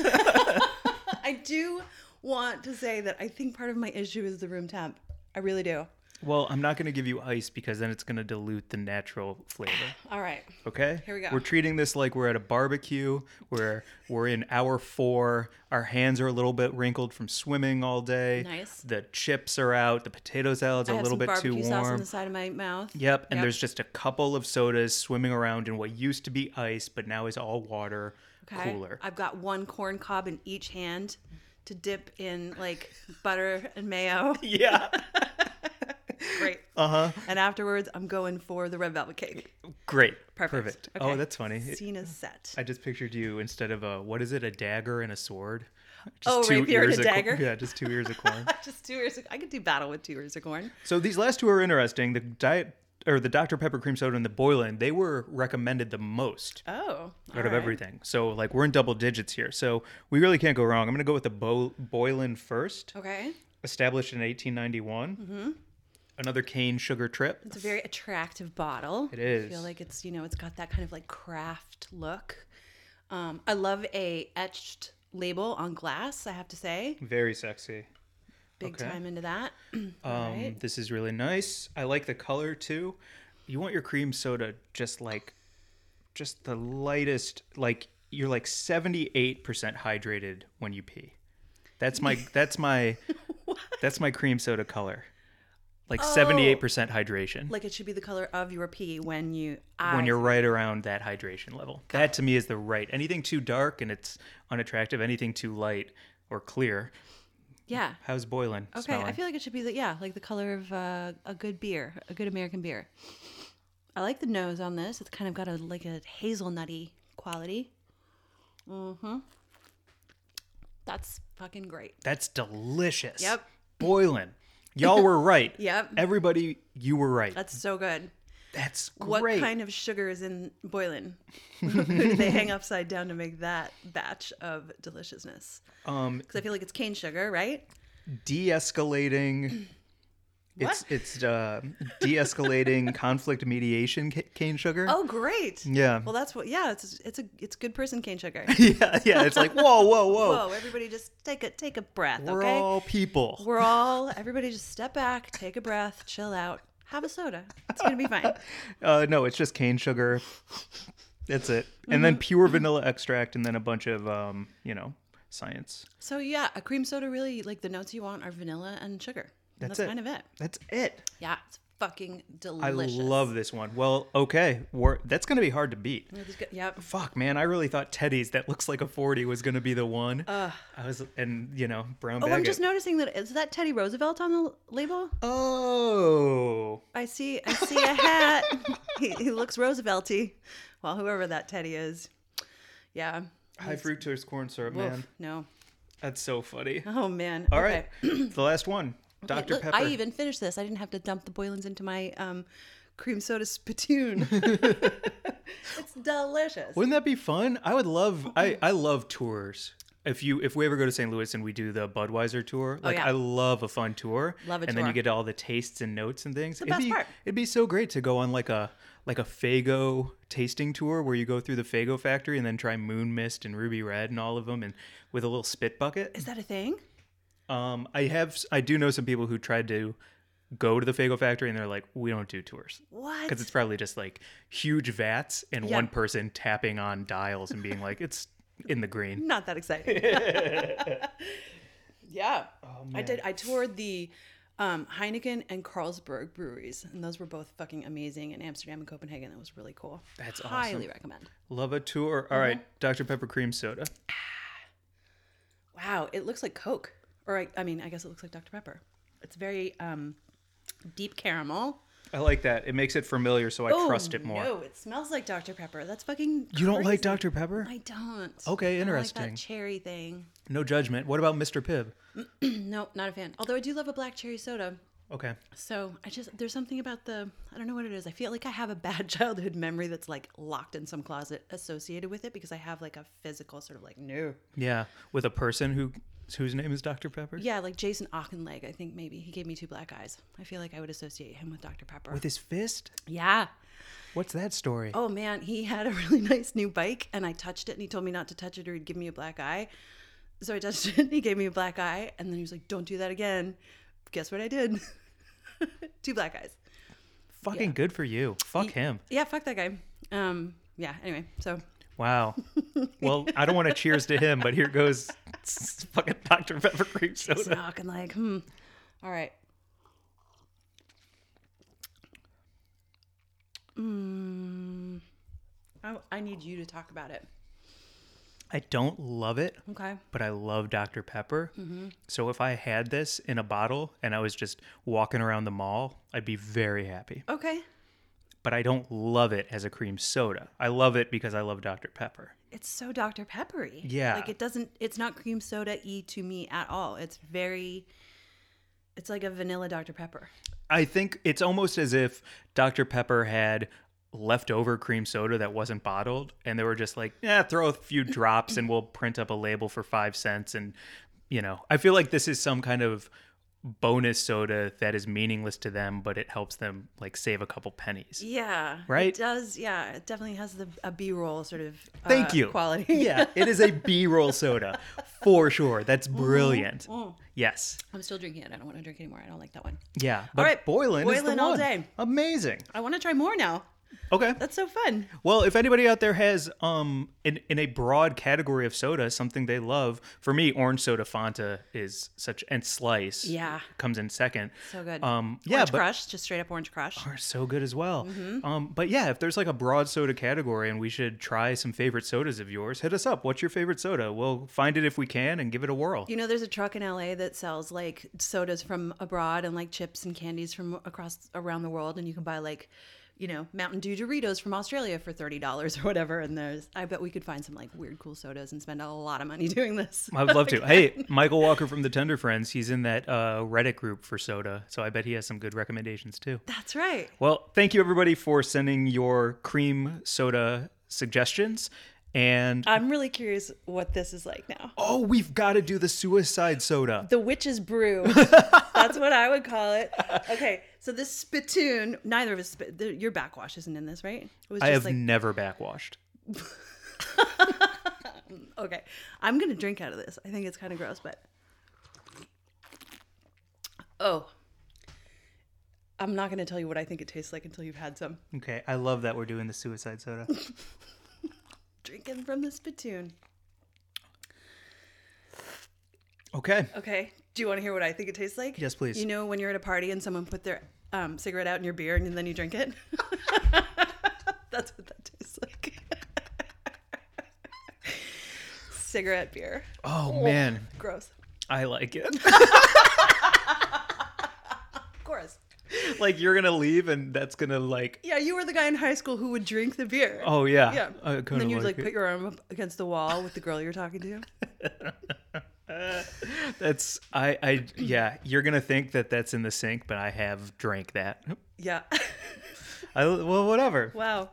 Speaker 1: I do want to say that I think part of my issue is the room temp. I really do.
Speaker 2: Well, I'm not going to give you ice because then it's going to dilute the natural flavor.
Speaker 1: All right.
Speaker 2: Okay.
Speaker 1: Here we go.
Speaker 2: We're treating this like we're at a barbecue. We're we're in hour four. Our hands are a little bit wrinkled from swimming all day.
Speaker 1: Nice.
Speaker 2: The chips are out. The potato salad's
Speaker 1: I
Speaker 2: a
Speaker 1: have
Speaker 2: little
Speaker 1: some
Speaker 2: bit too
Speaker 1: barbecue sauce on
Speaker 2: warm.
Speaker 1: the side of my mouth.
Speaker 2: Yep. And there's just a couple of sodas swimming around in what used to be ice, but now is all water
Speaker 1: Okay.
Speaker 2: cooler.
Speaker 1: I've got one corn cob in each hand to dip in like butter and <laughs> mayo.
Speaker 2: <laughs> yeah.
Speaker 1: Great.
Speaker 2: Uh-huh.
Speaker 1: Uh huh. And afterwards, I'm going for the red velvet cake.
Speaker 2: Great.
Speaker 1: Perfect.
Speaker 2: Oh,
Speaker 1: Okay.
Speaker 2: that's funny. It-
Speaker 1: Scene is set.
Speaker 2: I just pictured you instead of a what is it? A dagger and a sword. Just
Speaker 1: Oh, rapier and a
Speaker 2: of cor-
Speaker 1: dagger?
Speaker 2: yeah, just two ears of
Speaker 1: <laughs>
Speaker 2: corn.
Speaker 1: <laughs> Just two ears. Of, I could do battle with two ears of corn.
Speaker 2: So these last two are interesting. The diet or the Dr Pepper cream soda and the Boylan, they were recommended the most
Speaker 1: Oh.
Speaker 2: out of everything. So like we're in double digits here. So we really can't go wrong. I'm going to go with the Bo- Boylan first,
Speaker 1: Okay.
Speaker 2: established in 1891. Another cane sugar trip.
Speaker 1: Mm-hmm. It's a very attractive bottle.
Speaker 2: It
Speaker 1: I
Speaker 2: is.
Speaker 1: feel like it's you know it's got that kind of like craft look. Um, I love a etched label on glass. I have to say,
Speaker 2: Very sexy.
Speaker 1: big
Speaker 2: Okay.
Speaker 1: time into that.
Speaker 2: Um,
Speaker 1: right.
Speaker 2: This is really nice. I like the color too. you want your cream soda just like just the lightest like you're like 78% hydrated when you pee.
Speaker 1: <laughs>
Speaker 2: That's my that's my that's my cream soda color. Like 78% hydration.
Speaker 1: Oh. Like it should be the color of your pee when you.
Speaker 2: when
Speaker 1: I-
Speaker 2: you're right around that hydration level. That to me is the right. Anything too dark and it's unattractive, anything too light or clear,
Speaker 1: yeah.
Speaker 2: how's boiling?
Speaker 1: Okay, I
Speaker 2: smelling?
Speaker 1: feel like it should be the yeah, like the color of uh, a good beer, a good American beer. I like the nose on this. It's kind of got a like a hazelnutty quality. Mhm. That's fucking great.
Speaker 2: That's delicious.
Speaker 1: Yep.
Speaker 2: Boiling. Y'all were right.
Speaker 1: <laughs> Yep.
Speaker 2: Everybody, you were right.
Speaker 1: That's so good.
Speaker 2: That's great.
Speaker 1: What kind of sugar is in
Speaker 2: <laughs>
Speaker 1: boiling? Who do they hang upside down to make that batch of deliciousness?
Speaker 2: um
Speaker 1: Because I feel like it's cane sugar, right? <clears throat>
Speaker 2: de-escalating it's it's uh
Speaker 1: <laughs>
Speaker 2: de-escalating conflict mediation ca- cane sugar.
Speaker 1: Oh, great.
Speaker 2: Yeah.
Speaker 1: Well, that's what. Yeah, it's it's a it's good person cane
Speaker 2: <laughs>
Speaker 1: sugar.
Speaker 2: <laughs> yeah, yeah, it's like whoa, whoa, whoa.
Speaker 1: Whoa, everybody, just take a take a breath.
Speaker 2: We're
Speaker 1: okay.
Speaker 2: all people.
Speaker 1: We're all everybody just step back, take a breath, chill out, have a soda. It's gonna be
Speaker 2: <laughs>
Speaker 1: fine.
Speaker 2: Uh, no, it's just cane sugar. That's it. And
Speaker 1: Mm-hmm.
Speaker 2: then pure vanilla extract, and then a bunch of um, you know, science.
Speaker 1: So yeah, a cream soda really like the notes you want are vanilla and sugar. And
Speaker 2: That's
Speaker 1: that's
Speaker 2: it.
Speaker 1: kind of it.
Speaker 2: That's it.
Speaker 1: Yeah, it's fucking
Speaker 2: I
Speaker 1: delicious.
Speaker 2: love this one. Well, okay, we're, that's gonna be hard to beat.
Speaker 1: It's good- Yep.
Speaker 2: Fuck, man, I really thought Teddy's that looks like a forty was gonna be the one. I was, and you know, brown
Speaker 1: Oh,
Speaker 2: bag.
Speaker 1: I'm
Speaker 2: it.
Speaker 1: just noticing that is that Teddy Roosevelt on the l- label?
Speaker 2: oh,
Speaker 1: I see. I see a
Speaker 2: <laughs>
Speaker 1: hat. he, he looks Roosevelty. Well, whoever that Teddy is. Yeah.
Speaker 2: high fructose corn syrup,
Speaker 1: Oof,
Speaker 2: man.
Speaker 1: no.
Speaker 2: That's so funny.
Speaker 1: Oh man.
Speaker 2: All
Speaker 1: Okay. <clears throat>
Speaker 2: right, the last one,
Speaker 1: Hey,
Speaker 2: Dr.
Speaker 1: look,
Speaker 2: Pepper.
Speaker 1: I even finished this. I didn't have to dump the boilins into my um, cream soda
Speaker 2: <laughs>
Speaker 1: spittoon. it's delicious.
Speaker 2: Wouldn't that be fun? I would love. I I love tours. If you if we ever go to St. Louis and we do the Budweiser tour, like
Speaker 1: Oh, yeah.
Speaker 2: I love a fun tour.
Speaker 1: Love a
Speaker 2: and then you
Speaker 1: tour.
Speaker 2: get all the tastes and notes and things.
Speaker 1: the
Speaker 2: it'd
Speaker 1: best
Speaker 2: be
Speaker 1: part.
Speaker 2: it'd be so great to go on like a like a Fago tasting tour where you go through the Fago factory and then try Moon Mist and Ruby Red and all of them and with a little spit bucket.
Speaker 1: Is that a thing?
Speaker 2: Um, I have I do know some people who tried to go to the Fago factory and they're like, we don't do tours
Speaker 1: What?
Speaker 2: because it's probably just like huge vats and
Speaker 1: Yeah.
Speaker 2: one person tapping on dials and being like, it's in the green.
Speaker 1: Not that exciting.
Speaker 2: <laughs>
Speaker 1: <laughs> yeah.
Speaker 2: Oh,
Speaker 1: I did. I toured the um, Heineken and Carlsberg breweries, and those were both fucking amazing in Amsterdam and Copenhagen. That was really cool.
Speaker 2: That's
Speaker 1: Highly
Speaker 2: awesome.
Speaker 1: recommend.
Speaker 2: Love a tour.
Speaker 1: Mm-hmm.
Speaker 2: All right, Dr. Pepper cream soda.
Speaker 1: Wow, it looks like Coke, or I, I mean, I guess it looks like Dr Pepper. It's very um, deep caramel.
Speaker 2: I like that. It makes it familiar, so I
Speaker 1: Oh,
Speaker 2: trust it more.
Speaker 1: No, it smells like Dr. Pepper. That's fucking.
Speaker 2: You don't like
Speaker 1: crazy.
Speaker 2: Dr. Pepper?
Speaker 1: I don't.
Speaker 2: Okay,
Speaker 1: I don't Like
Speaker 2: interesting.
Speaker 1: that cherry thing. <clears throat>
Speaker 2: No judgment. What about Mr. Pibb?
Speaker 1: No, not a fan. Although I do love a black cherry soda.
Speaker 2: Okay.
Speaker 1: So I just there's something about the I don't know what it is. I feel like I have a bad <laughs> childhood memory that's like locked in some closet associated with it because I have like a physical sort of like no.
Speaker 2: Yeah, with a person who whose name is Dr. Pepper?
Speaker 1: Yeah, like Jason Auchinleck. I think maybe he gave me two black eyes. I feel like I would associate him with Dr. Pepper.
Speaker 2: With his fist?
Speaker 1: yeah.
Speaker 2: What's that story?
Speaker 1: oh man, he had a <laughs> really nice new bike and I touched it and he told me not to touch it or he'd give me a black eye. So I touched <laughs> it and he gave me a black eye and then he was like, don't do that again. Guess what I did? <laughs> Two black eyes.
Speaker 2: Fucking good for you. Fuck him.
Speaker 1: Yeah, fuck that guy. Um, yeah, anyway,
Speaker 2: <laughs>
Speaker 1: so <laughs>
Speaker 2: Wow. Well, I don't want to cheers to him, but here goes fucking Dr. Pepper cream soda.
Speaker 1: it's knocking like, hmm. All right. Mm, I, I need you to talk about it.
Speaker 2: I don't love it,
Speaker 1: Okay.
Speaker 2: but I love Dr. Pepper. So if I had this in a bottle and I was just walking around the mall, I'd be very happy.
Speaker 1: Okay.
Speaker 2: But I don't love it as a cream soda. I love it because I love Dr. Pepper.
Speaker 1: It's so Dr. Peppery.
Speaker 2: Yeah.
Speaker 1: Like it doesn't it's not cream soda y to me at all. It's very it's like a vanilla Dr. Pepper.
Speaker 2: I think it's almost as if Dr. Pepper had leftover cream soda that wasn't bottled and they were just like, yeah, throw a few drops and we'll print up a label for five cents. And, you know, I feel like this is some kind of bonus soda that is meaningless to them, but it helps them like save a couple pennies.
Speaker 1: Yeah.
Speaker 2: Right?
Speaker 1: It does. Yeah. It definitely has the a B roll sort of uh,
Speaker 2: Thank you.
Speaker 1: quality. <laughs>
Speaker 2: <laughs> Yeah, it is a B-roll soda for sure. That's brilliant. Yes.
Speaker 1: Oh, I'm still drinking it. I don't want to drink anymore. I don't like that one.
Speaker 2: Yeah, but
Speaker 1: right,
Speaker 2: Boylan, is the
Speaker 1: Boylan all
Speaker 2: one.
Speaker 1: day.
Speaker 2: Amazing.
Speaker 1: I want to try more now.
Speaker 2: Okay.
Speaker 1: That's so fun.
Speaker 2: Well, if anybody out there has um in, in a broad category of soda something they love, for me orange soda Fanta is such and slice
Speaker 1: Yeah.
Speaker 2: comes in second.
Speaker 1: So good.
Speaker 2: Um yeah,
Speaker 1: orange Mm-hmm.
Speaker 2: but
Speaker 1: crush, just straight up orange crush.
Speaker 2: are so good as well. Um but yeah, if there's like a broad soda category and we should try some favorite sodas of yours, hit us up. What's your favorite soda? We'll find it if we can and give it a whirl.
Speaker 1: You know, there's a truck in LA that sells like sodas from abroad and like chips and candies from across around the world, and you can buy like, you know, Mountain Dew Doritos from Australia for thirty dollars or whatever. And there's, I bet we could find some like weird, cool sodas and spend a lot of money <laughs> doing this.
Speaker 2: I would
Speaker 1: <laughs>
Speaker 2: love to. Hey, Michael Walker from the Tender Friends, he's in that uh, Reddit group for soda, so I bet he has some good recommendations too.
Speaker 1: That's right.
Speaker 2: Well, thank you everybody for sending your cream soda suggestions. And
Speaker 1: I'm really curious what this is like now.
Speaker 2: oh, we've got to do the suicide soda.
Speaker 1: The witch's
Speaker 2: <laughs>
Speaker 1: brew. That's what I would call it. Okay, so this spittoon. Neither of us. Spit, the, your backwash isn't in this, right? It was
Speaker 2: I have never backwashed.
Speaker 1: Okay, I'm gonna drink out of this. I think it's kind of gross, but oh, I'm not gonna tell you what I think it tastes like until you've had some.
Speaker 2: Okay, I love that we're doing the
Speaker 1: <laughs>
Speaker 2: suicide soda.
Speaker 1: Drinking from the spittoon.
Speaker 2: Okay.
Speaker 1: Okay, do you want to hear what I think it tastes like?
Speaker 2: Yes, please.
Speaker 1: You know when you're at a party and someone put their um, cigarette out in your beer and then you drink it. <laughs> That's what that tastes like. <laughs> cigarette beer.
Speaker 2: Oh man,
Speaker 1: Gross.
Speaker 2: I
Speaker 1: <laughs>
Speaker 2: like it.
Speaker 1: Of course.
Speaker 2: like you're gonna leave, and that's gonna like.
Speaker 1: Yeah, you were the guy in high school who would drink the beer.
Speaker 2: Oh yeah.
Speaker 1: Yeah.
Speaker 2: I
Speaker 1: and
Speaker 2: kinda
Speaker 1: then you'd like
Speaker 2: it.
Speaker 1: put your arm up against the wall with the girl you're talking
Speaker 2: <laughs>
Speaker 1: to.
Speaker 2: That's I I yeah. You're gonna think that that's in the sink, but I have drank that.
Speaker 1: Yeah. <laughs>
Speaker 2: I, well, whatever.
Speaker 1: wow.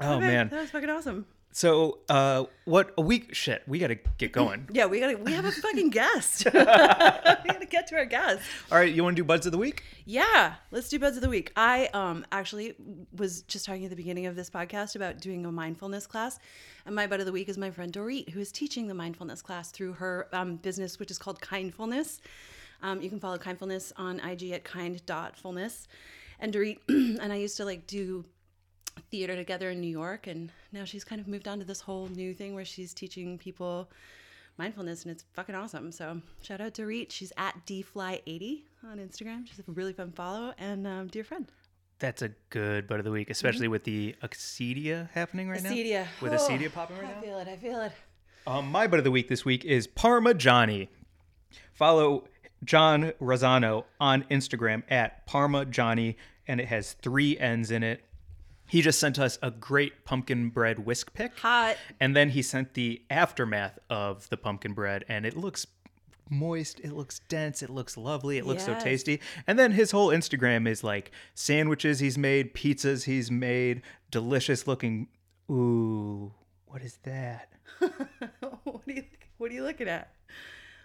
Speaker 2: Oh
Speaker 1: Okay,
Speaker 2: man.
Speaker 1: That was fucking awesome.
Speaker 2: So uh, what a week. Shit, we gotta get <laughs> going.
Speaker 1: Yeah, we gotta we have a fucking
Speaker 2: <laughs>
Speaker 1: guest. <laughs> we gotta get to our guest.
Speaker 2: All right, you want to do buds of the week?
Speaker 1: Yeah. Let's do buds of the week. I um actually was just talking at the beginning of this podcast about doing a mindfulness class. And my bud of the week is my friend Dorit, who is teaching the mindfulness class through her um, business, which is called Kindfulness. Um, you can follow Kindfulness on IG at kind.fulness. And Dorit <clears throat> and I used to like do theater together in New York, and now she's kind of moved on to this whole new thing where she's teaching people mindfulness, and it's fucking awesome. So shout out to Reet. She's at dfly80 on Instagram. She's a really fun follow and um, dear friend.
Speaker 2: That's a good bud of the week, especially with the acedia happening right now. Mm-hmm. With
Speaker 1: Oh,
Speaker 2: acedia popping right
Speaker 1: I feel it. I feel it.
Speaker 2: now. Um, my bud of the week this week is Parmigiani. Follow John Rosano on Instagram at Parmigiani, and it has three N's in it. He just sent us a great pumpkin bread whisk pick.
Speaker 1: Hot.
Speaker 2: And then he sent the aftermath of the pumpkin bread, and it looks moist, it looks dense, it looks lovely, it looks
Speaker 1: Yes.
Speaker 2: so tasty. And then his whole Instagram is like sandwiches he's made, pizzas he's made, delicious looking. Ooh, what is that?
Speaker 1: <laughs> what, are you, what are you looking at?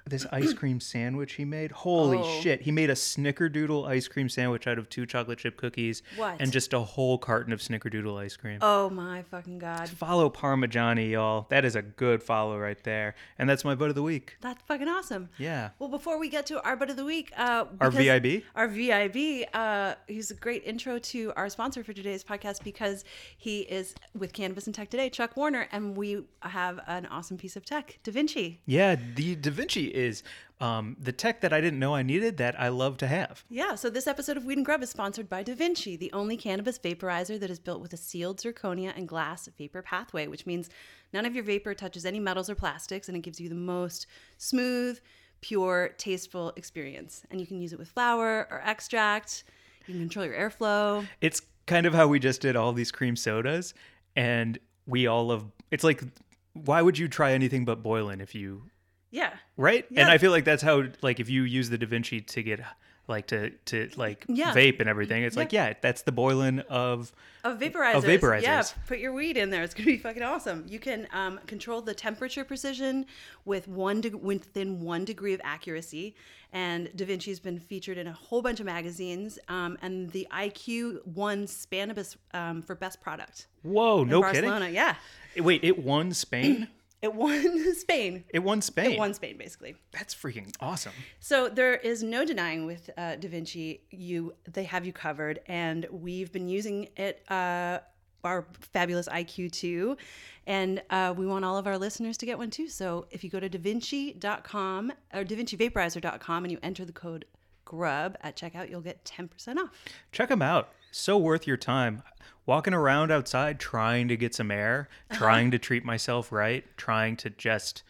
Speaker 2: This
Speaker 1: <clears throat>
Speaker 2: ice cream sandwich he made. Holy
Speaker 1: Oh.
Speaker 2: shit. He made a snickerdoodle ice cream sandwich out of two chocolate chip cookies
Speaker 1: What?
Speaker 2: and just a whole carton of snickerdoodle ice cream.
Speaker 1: Oh my fucking God.
Speaker 2: Follow Parmigiani, y'all. That is a good follow right there. And that's my butt of the week.
Speaker 1: That's fucking awesome.
Speaker 2: Yeah.
Speaker 1: Well, before we get to our butt of the week, uh,
Speaker 2: Our
Speaker 1: because-
Speaker 2: VIB?
Speaker 1: our VIB, uh, he's a great intro to our sponsor for today's podcast because he is with Cannabis and Tech today, Chuck Warner, and we have an awesome piece of tech, Da Vinci.
Speaker 2: Yeah, the Da Vinci is um, the tech that I didn't know I needed that I love to have.
Speaker 1: Yeah, so this episode of Weed and Grub is sponsored by Da Vinci, the only cannabis vaporizer that is built with a sealed zirconia and glass vapor pathway, which means none of your vapor touches any metals or plastics, and it gives you the most smooth, pure, tasteful experience. And you can use it with flour or extract. You can control your airflow.
Speaker 2: It's kind of how we just did all these cream sodas, and we all love. It's like, why would you try anything but Boylan if you
Speaker 1: Yeah.
Speaker 2: right?
Speaker 1: Yeah.
Speaker 2: And I feel like that's how like if you use the Da Vinci to get like to to like
Speaker 1: Yeah.
Speaker 2: vape and everything. It's like yeah, that's the boiling of
Speaker 1: Of vaporizers.
Speaker 2: Of Oh, vaporizers.
Speaker 1: Yeah, put your weed in there. It's gonna be fucking awesome. You can um, control the temperature precision with one de- within one degree of accuracy. And Da Vinci's been featured in a whole bunch of magazines. Um, and the IQ won Spanibus um, for best product.
Speaker 2: whoa, no
Speaker 1: Barcelona, yeah.
Speaker 2: kidding. Wait, it won Spain.
Speaker 1: It won <laughs> Spain.
Speaker 2: it won Spain.
Speaker 1: It won Spain basically.
Speaker 2: That's freaking awesome.
Speaker 1: So there is no denying with uh, Da Vinci, you they have you covered, and we've been using it. Uh, our fabulous IQ too, and uh, we want all of our listeners to get one too. So if you go to DaVinci.com or DaVinciVaporizer.com and you enter the code GRUB at checkout, you'll get ten percent off.
Speaker 2: Check them out. So worth your time. Walking around outside trying to get some air, trying to treat myself right, trying to just,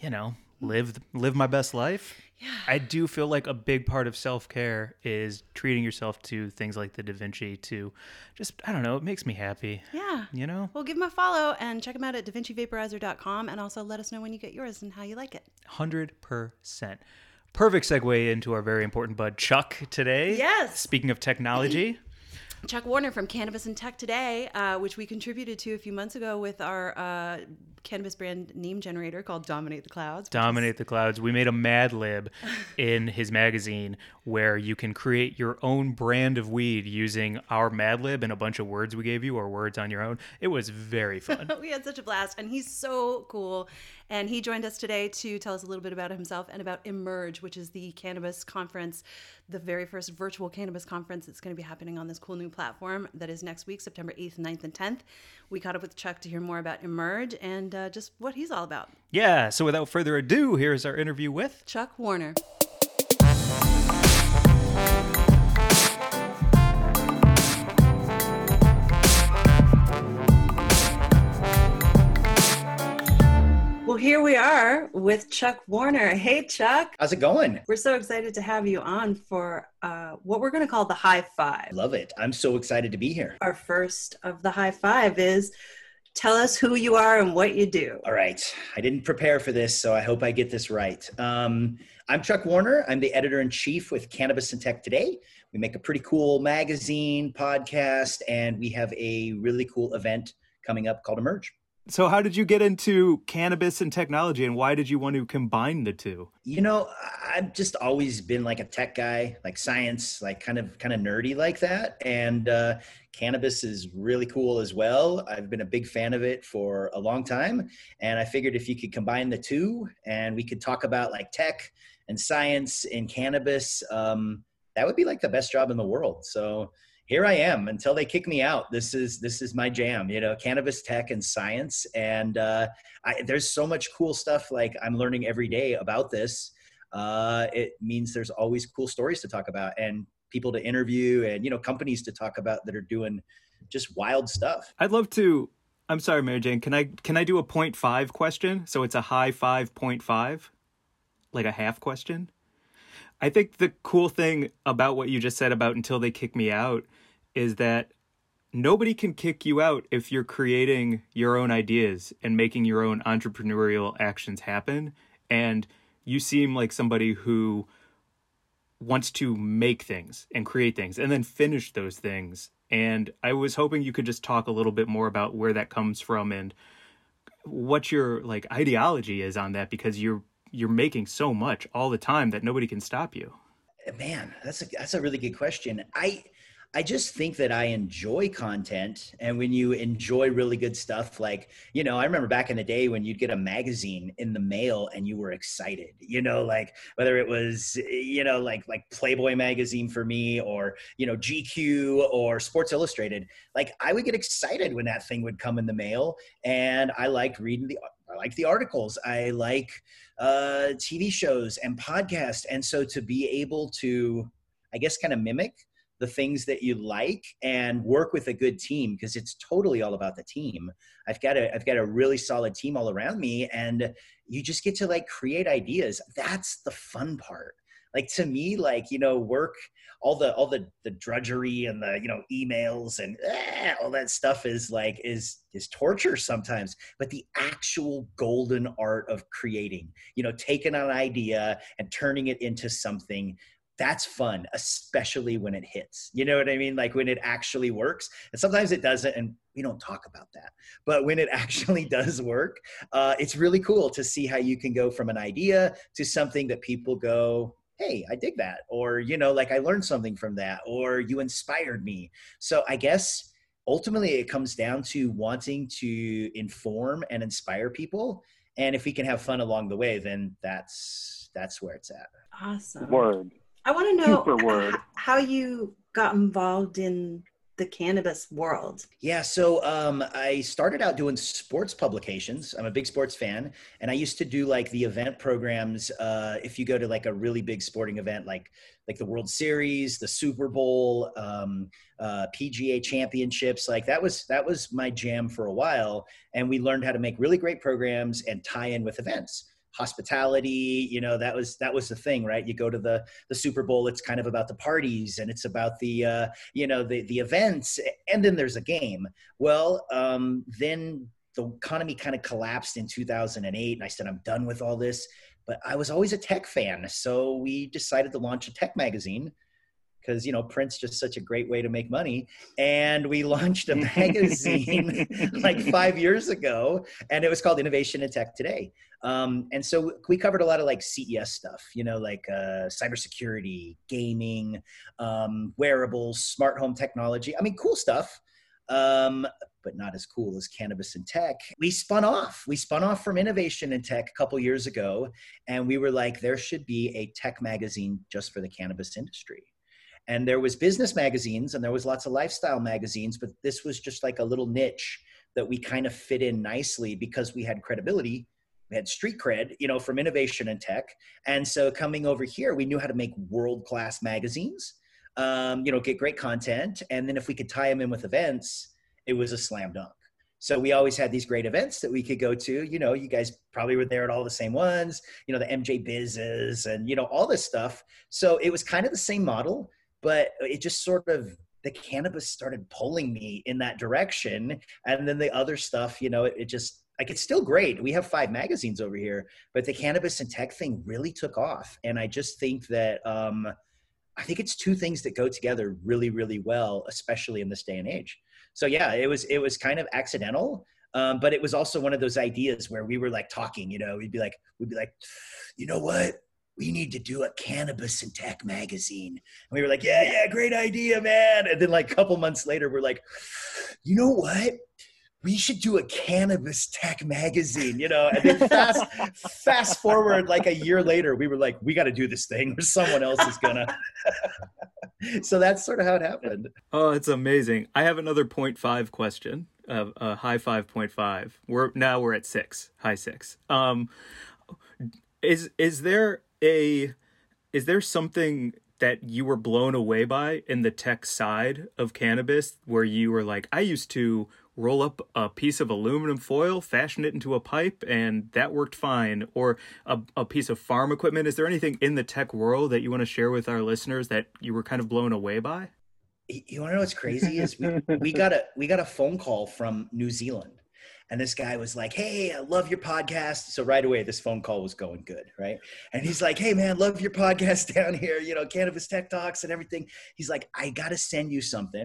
Speaker 2: you know, live live my best life. Yeah. I do feel like a big part of self-care is treating yourself to things like the Da Vinci to just I don't know, it makes me happy.
Speaker 1: Yeah.
Speaker 2: You know?
Speaker 1: Well, give them a follow and check them out at DaVinciVaporizer.com, and also let us know when you get yours and how you like it.
Speaker 2: 100%. Perfect segue into our very important bud Chuck today.
Speaker 1: Yes.
Speaker 2: Speaking of technology,
Speaker 1: Chuck Warner from Cannabis and Tech Today, uh, which we contributed to a few months ago with our uh, cannabis brand name generator called Dominate the Clouds. which
Speaker 2: Dominate the Clouds. We made a Mad Lib in his magazine where you can create your own brand of weed using our Mad Lib and a bunch of words we gave you or words on your own. It was very fun. <laughs>
Speaker 1: is- We had such a blast, and he's so cool. And he joined us today to tell us a little bit about himself and about Emerge, which is the cannabis conference, the very first virtual cannabis conference that's going to be happening on this cool new platform that is next week, September 8th, 9th, and 10th. We caught up with Chuck to hear more about Emerge and uh, just what he's all about.
Speaker 2: yeah, so without further ado, here's our interview with
Speaker 1: Chuck Warner. Well, here we are with Chuck Warner. Hey, Chuck.
Speaker 5: How's it going?
Speaker 1: We're so excited to have you on for uh, what we're going to call the High Five.
Speaker 5: Love it. I'm so excited to be here.
Speaker 1: Our first of the High Five is tell us who you are and what you do.
Speaker 5: All right. I didn't prepare for this, so I hope I get this right. Um, I'm Chuck Warner. I'm the editor in chief with Cannabis and Tech Today. We make a pretty cool magazine, podcast, and we have a really cool event coming up called Emerge.
Speaker 2: So how did you get into cannabis and technology and why did you want to combine the two?
Speaker 5: You know, I- I've just always been like a tech guy, like science, like kind of kind of nerdy like that. And uh, cannabis is really cool as well. I've been a big fan of it for a long time, and I figured if you could combine the two, and we could talk about like tech and science and cannabis, um, that would be like the best job in the world. So here I am until they kick me out. This is this is my jam, you know, cannabis, tech, and science, and. Uh, I, there's so much cool stuff like I'm learning every day about this. Uh, it means there's always cool stories to talk about and people to interview and you know companies to talk about that are doing just wild stuff.
Speaker 2: I'd love to I'm sorry, Mary Jane, can I can I do a point five question? So it's a high five point five? Like a half question? I think the cool thing about what you just said about until they kick me out is that nobody can kick you out if you're creating your own ideas and making your own entrepreneurial actions happen. And you seem like somebody who wants to make things and create things and then finish those things. And I was hoping you could just talk a little bit more about where that comes from and what your like ideology is on that because you're you're making so much all the time that nobody can stop you.
Speaker 5: Man, that's a that's a really good question. I I just think that I enjoy content and when you enjoy really good stuff like, you know, I remember back in the day when you'd get a magazine in the mail and you were excited. You know, like whether it was you know like like Playboy magazine for me or, you know, GQ or Sports Illustrated, like I would get excited when that thing would come in the mail and I liked reading the I liked the articles. I like uh, TV shows and podcasts. And so to be able to, I guess, kind of mimic the things that you like and work with a good team because it's totally all about the team. I've got a I've got a really solid team all around me and you just get to like create ideas. That's the fun part. Like to me like you know work all the all the the drudgery and the you know emails and eh, all that stuff is like is is torture sometimes but the actual golden art of creating you know taking an idea and turning it into something that's fun, especially when it hits. You know what I mean? Like when it actually works. And sometimes it doesn't, and we don't talk about that. But when it <laughs> actually does work, uh, it's really cool to see how you can go from an idea to something that people go, hey, I dig that. Or, you know, like I learned something from that, or you inspired me. So I guess ultimately it comes down to wanting to inform and inspire people. And if we can have fun along the way, then that's that's where it's at.
Speaker 6: Awesome.
Speaker 7: Word.
Speaker 6: I want to know
Speaker 7: Super word.
Speaker 6: h- how you got involved in the cannabis world.
Speaker 5: Yeah, so um, I started out doing sports publications. I'm a big sports fan, and I used to do like the event programs. Uh, if you go to like a really big sporting event, like like the World Series, the Super Bowl, um, uh, PGA Championships, like that was that was my jam for a while. And we learned how to make really great programs and tie in with events hospitality you know that was that was the thing right you go to the the super bowl it's kind of about the parties and it's about the uh you know the the events and then there's a game well um then the economy kind of collapsed in 2008 and i said i'm done with all this but i was always a tech fan so we decided to launch a tech magazine because you know print's just such a great way to make money and we launched a magazine like five years ago and it was called innovation and tech today um, and so we covered a lot of like ces stuff you know like uh, cybersecurity gaming um, wearables smart home technology i mean cool stuff um, but not as cool as cannabis and tech. We spun off. We spun off from innovation and tech a couple years ago, and we were like, there should be a tech magazine just for the cannabis industry and there was business magazines and there was lots of lifestyle magazines but this was just like a little niche that we kind of fit in nicely because we had credibility we had street cred you know from innovation and tech and so coming over here we knew how to make world class magazines um, you know get great content and then if we could tie them in with events it was a slam dunk so we always had these great events that we could go to. You know, you guys probably were there at all the same ones, you know, the MJ Bizes and, you know, all this stuff. So it was kind of the same model, but it just sort of the cannabis started pulling me in that direction and then the other stuff you know it, it just like it's still great we have five magazines over here but the cannabis and tech thing really took off and i just think that um i think it's two things that go together really really well especially in this day and age so yeah it was it was kind of accidental um, but it was also one of those ideas where we were like talking you know we'd be like we'd be like you know what we need to do a cannabis and tech magazine. And we were like, yeah, yeah, great idea, man. And then like a couple months later, we're like, you know what? We should do a cannabis tech magazine, you know. And then fast, fast forward like a year later, we were like, we got to do this thing, or someone else is gonna. <laughs> so that's sort of how it happened.
Speaker 4: Oh, it's amazing. I have another 0.5 question. Uh, uh, high 5.5. We're now we're at 6. High 6. Um is is there a is there something that you were blown away by in the tech side of cannabis where you were like I used to roll up a piece of aluminum foil, fashion it into a pipe and that worked fine or a a piece of farm equipment. Is there anything in the tech world that you want to share with our listeners that you were kind of blown away by?
Speaker 5: Y- you want to know what's crazy is we, we got a we got a phone call from new zealand and this guy was like hey i love your podcast so right away this phone call was going good right and he's like hey man love your podcast <laughs> down here you know cannabis tech talks and everything he's like i gotta send you something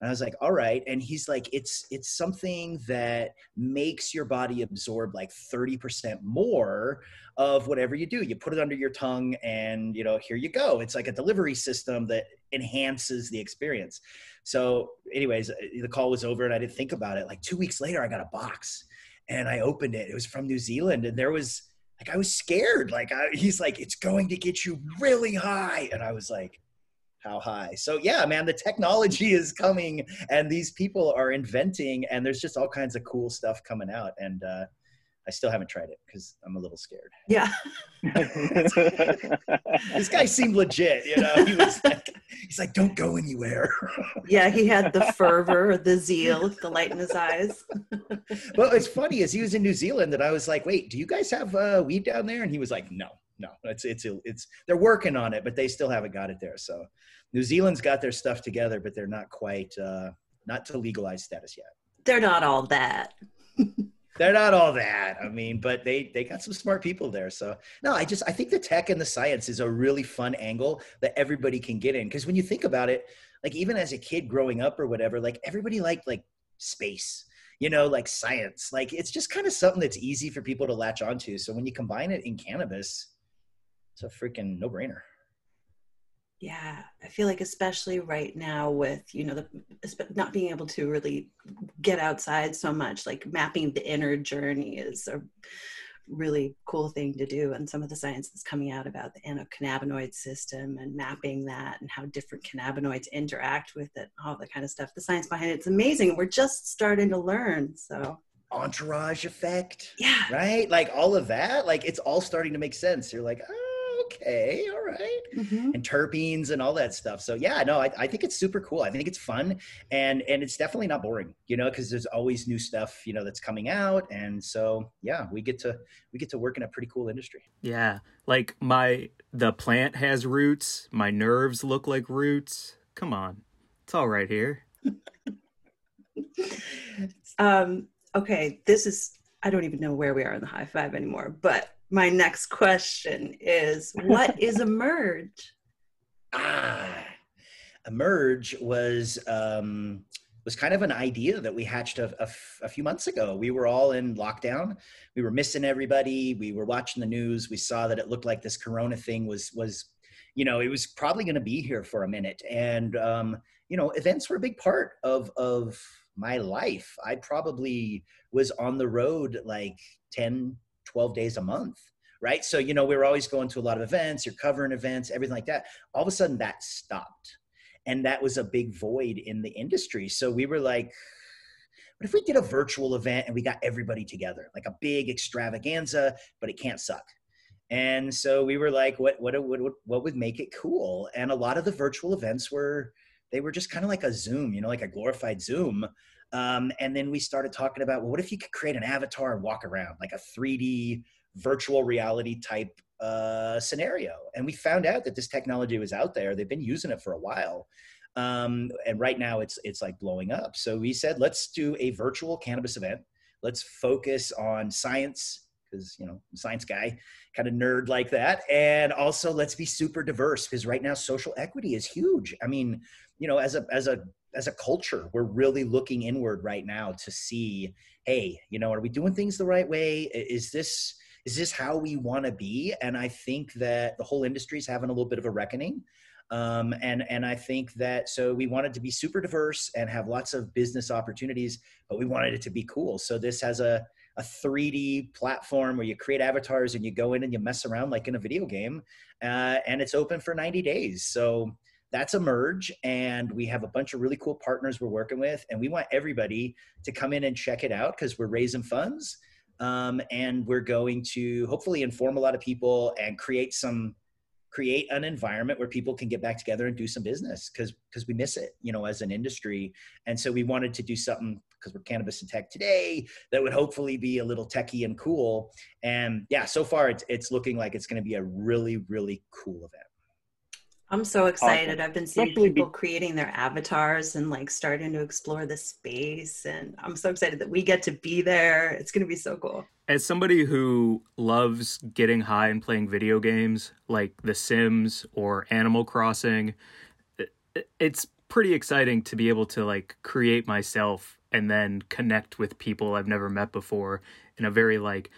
Speaker 5: and i was like all right and he's like it's it's something that makes your body absorb like 30% more of whatever you do you put it under your tongue and you know here you go it's like a delivery system that enhances the experience so, anyways, uh, the call was over and I didn't think about it. Like two weeks later, I got a box and I opened it. It was from New Zealand and there was like, I was scared. Like, I, he's like, it's going to get you really high. And I was like, how high? So, yeah, man, the technology <laughs> is coming and these people are inventing and there's just all kinds of cool stuff coming out. And uh, I still haven't tried it because I'm a little scared.
Speaker 6: Yeah. <laughs>
Speaker 5: This guy seemed legit, you know? He was like, he's like, don't go anywhere.
Speaker 6: Yeah, he had the fervor, the zeal, the light in his eyes.
Speaker 5: well, it's funny is he was in New Zealand, and I was like, "Wait, do you guys have uh, weed down there?" And he was like, "No, no, it's it's it's they're working on it, but they still haven't got it there." So, New Zealand's got their stuff together, but they're not quite uh, not to legalized status yet.
Speaker 6: They're not all that.
Speaker 5: they're not all that. I mean, but they they got some smart people there. So no, I just I think the tech and the science is a really fun angle that everybody can get in. Because when you think about it, like even as a kid growing up or whatever, like everybody liked like space, you know, like science. Like it's just kind of something that's easy for people to latch onto. So when you combine it in cannabis, it's a freaking no brainer.
Speaker 1: Yeah, I feel like especially right now with you know the esp- not being able to really get outside so much, like mapping the inner journey is a really cool thing to do. And some of the science that's coming out about the endocannabinoid system and mapping that and how different cannabinoids interact with it, all that kind of stuff. The science behind it's amazing. We're just starting to learn. So
Speaker 5: Entourage effect,
Speaker 1: yeah,
Speaker 5: right? Like all of that, like it's all starting to make sense. You're like, oh, okay, all right.
Speaker 1: Mhm.
Speaker 5: and terpenes and all that stuff. So yeah, no, I, I think it's super cool. I think it's fun and and it's definitely not boring, you know, because there's always new stuff, you know, that's coming out. And so yeah, we get to we get to work in a pretty cool industry.
Speaker 2: Yeah. Like my the plant has roots, my nerves look like roots. Come on. It's all right here.
Speaker 1: <laughs> Um, okay, this is, I don't even know where we are in the high five anymore, but my next question is what is a merge?
Speaker 5: Ah, emerge was um, was kind of an idea that we hatched a, a f- a few months ago. We were all in lockdown. We were missing everybody. We were watching the news. We saw that it looked like this Corona thing was was, you know, it was probably going to be here for a minute. And um, you know, events were a big part of of my life. I probably was on the road like 10, 12 days a month. Right. So, you know, we were always going to a lot of events, you're covering events, everything like that all of a sudden that stopped and that was a big void in the industry so we were like what if we did a virtual event and we got everybody together like a big extravaganza but it can't suck and so we were like what what what what, what would make it cool and a lot of the virtual events were they were just kind of like a zoom you know like a glorified zoom um, and then we started talking about well what if you could create an avatar and walk around like a 3d virtual reality type uh, scenario. And we found out that this technology was out there. They've been using it for a while. Um, and right now it's it's like blowing up. So we said, let's do a virtual cannabis event. Let's focus on science because you know I'm a science guy, kind of nerd like that. And also let's be super diverse because right now social equity is huge. I mean, you know, as a as a as a culture, we're really looking inward right now to see, hey, you know, are we doing things the right way? I- Is this is this how we want to be and i think that the whole industry is having a little bit of a reckoning um, and and i think that so we wanted to be super diverse and have lots of business opportunities but we wanted it to be cool so this has a a 3d platform where you create avatars and you go in and you mess around like in a video game uh, and it's open for 90 days so that's a merge and we have a bunch of really cool partners we're working with and we want everybody to come in and check it out because we're raising funds um, and we're going to hopefully inform a lot of people and create some create an environment where people can get back together and do some business because because we miss it you know as an industry and so we wanted to do something because we're cannabis and tech today that would hopefully be a little techy and cool and yeah so far it's it's looking like it's going to be a really really cool event
Speaker 1: I'm so excited. I've been seeing
Speaker 2: Definitely be-
Speaker 1: people creating their avatars and like starting to explore the space. And I'm so excited that we get to be there. It's going to be so cool.
Speaker 2: As somebody who loves getting high and playing video games like The Sims or Animal Crossing, i- i- it's pretty exciting to be able to like create myself and then connect with people I've never met before in a very like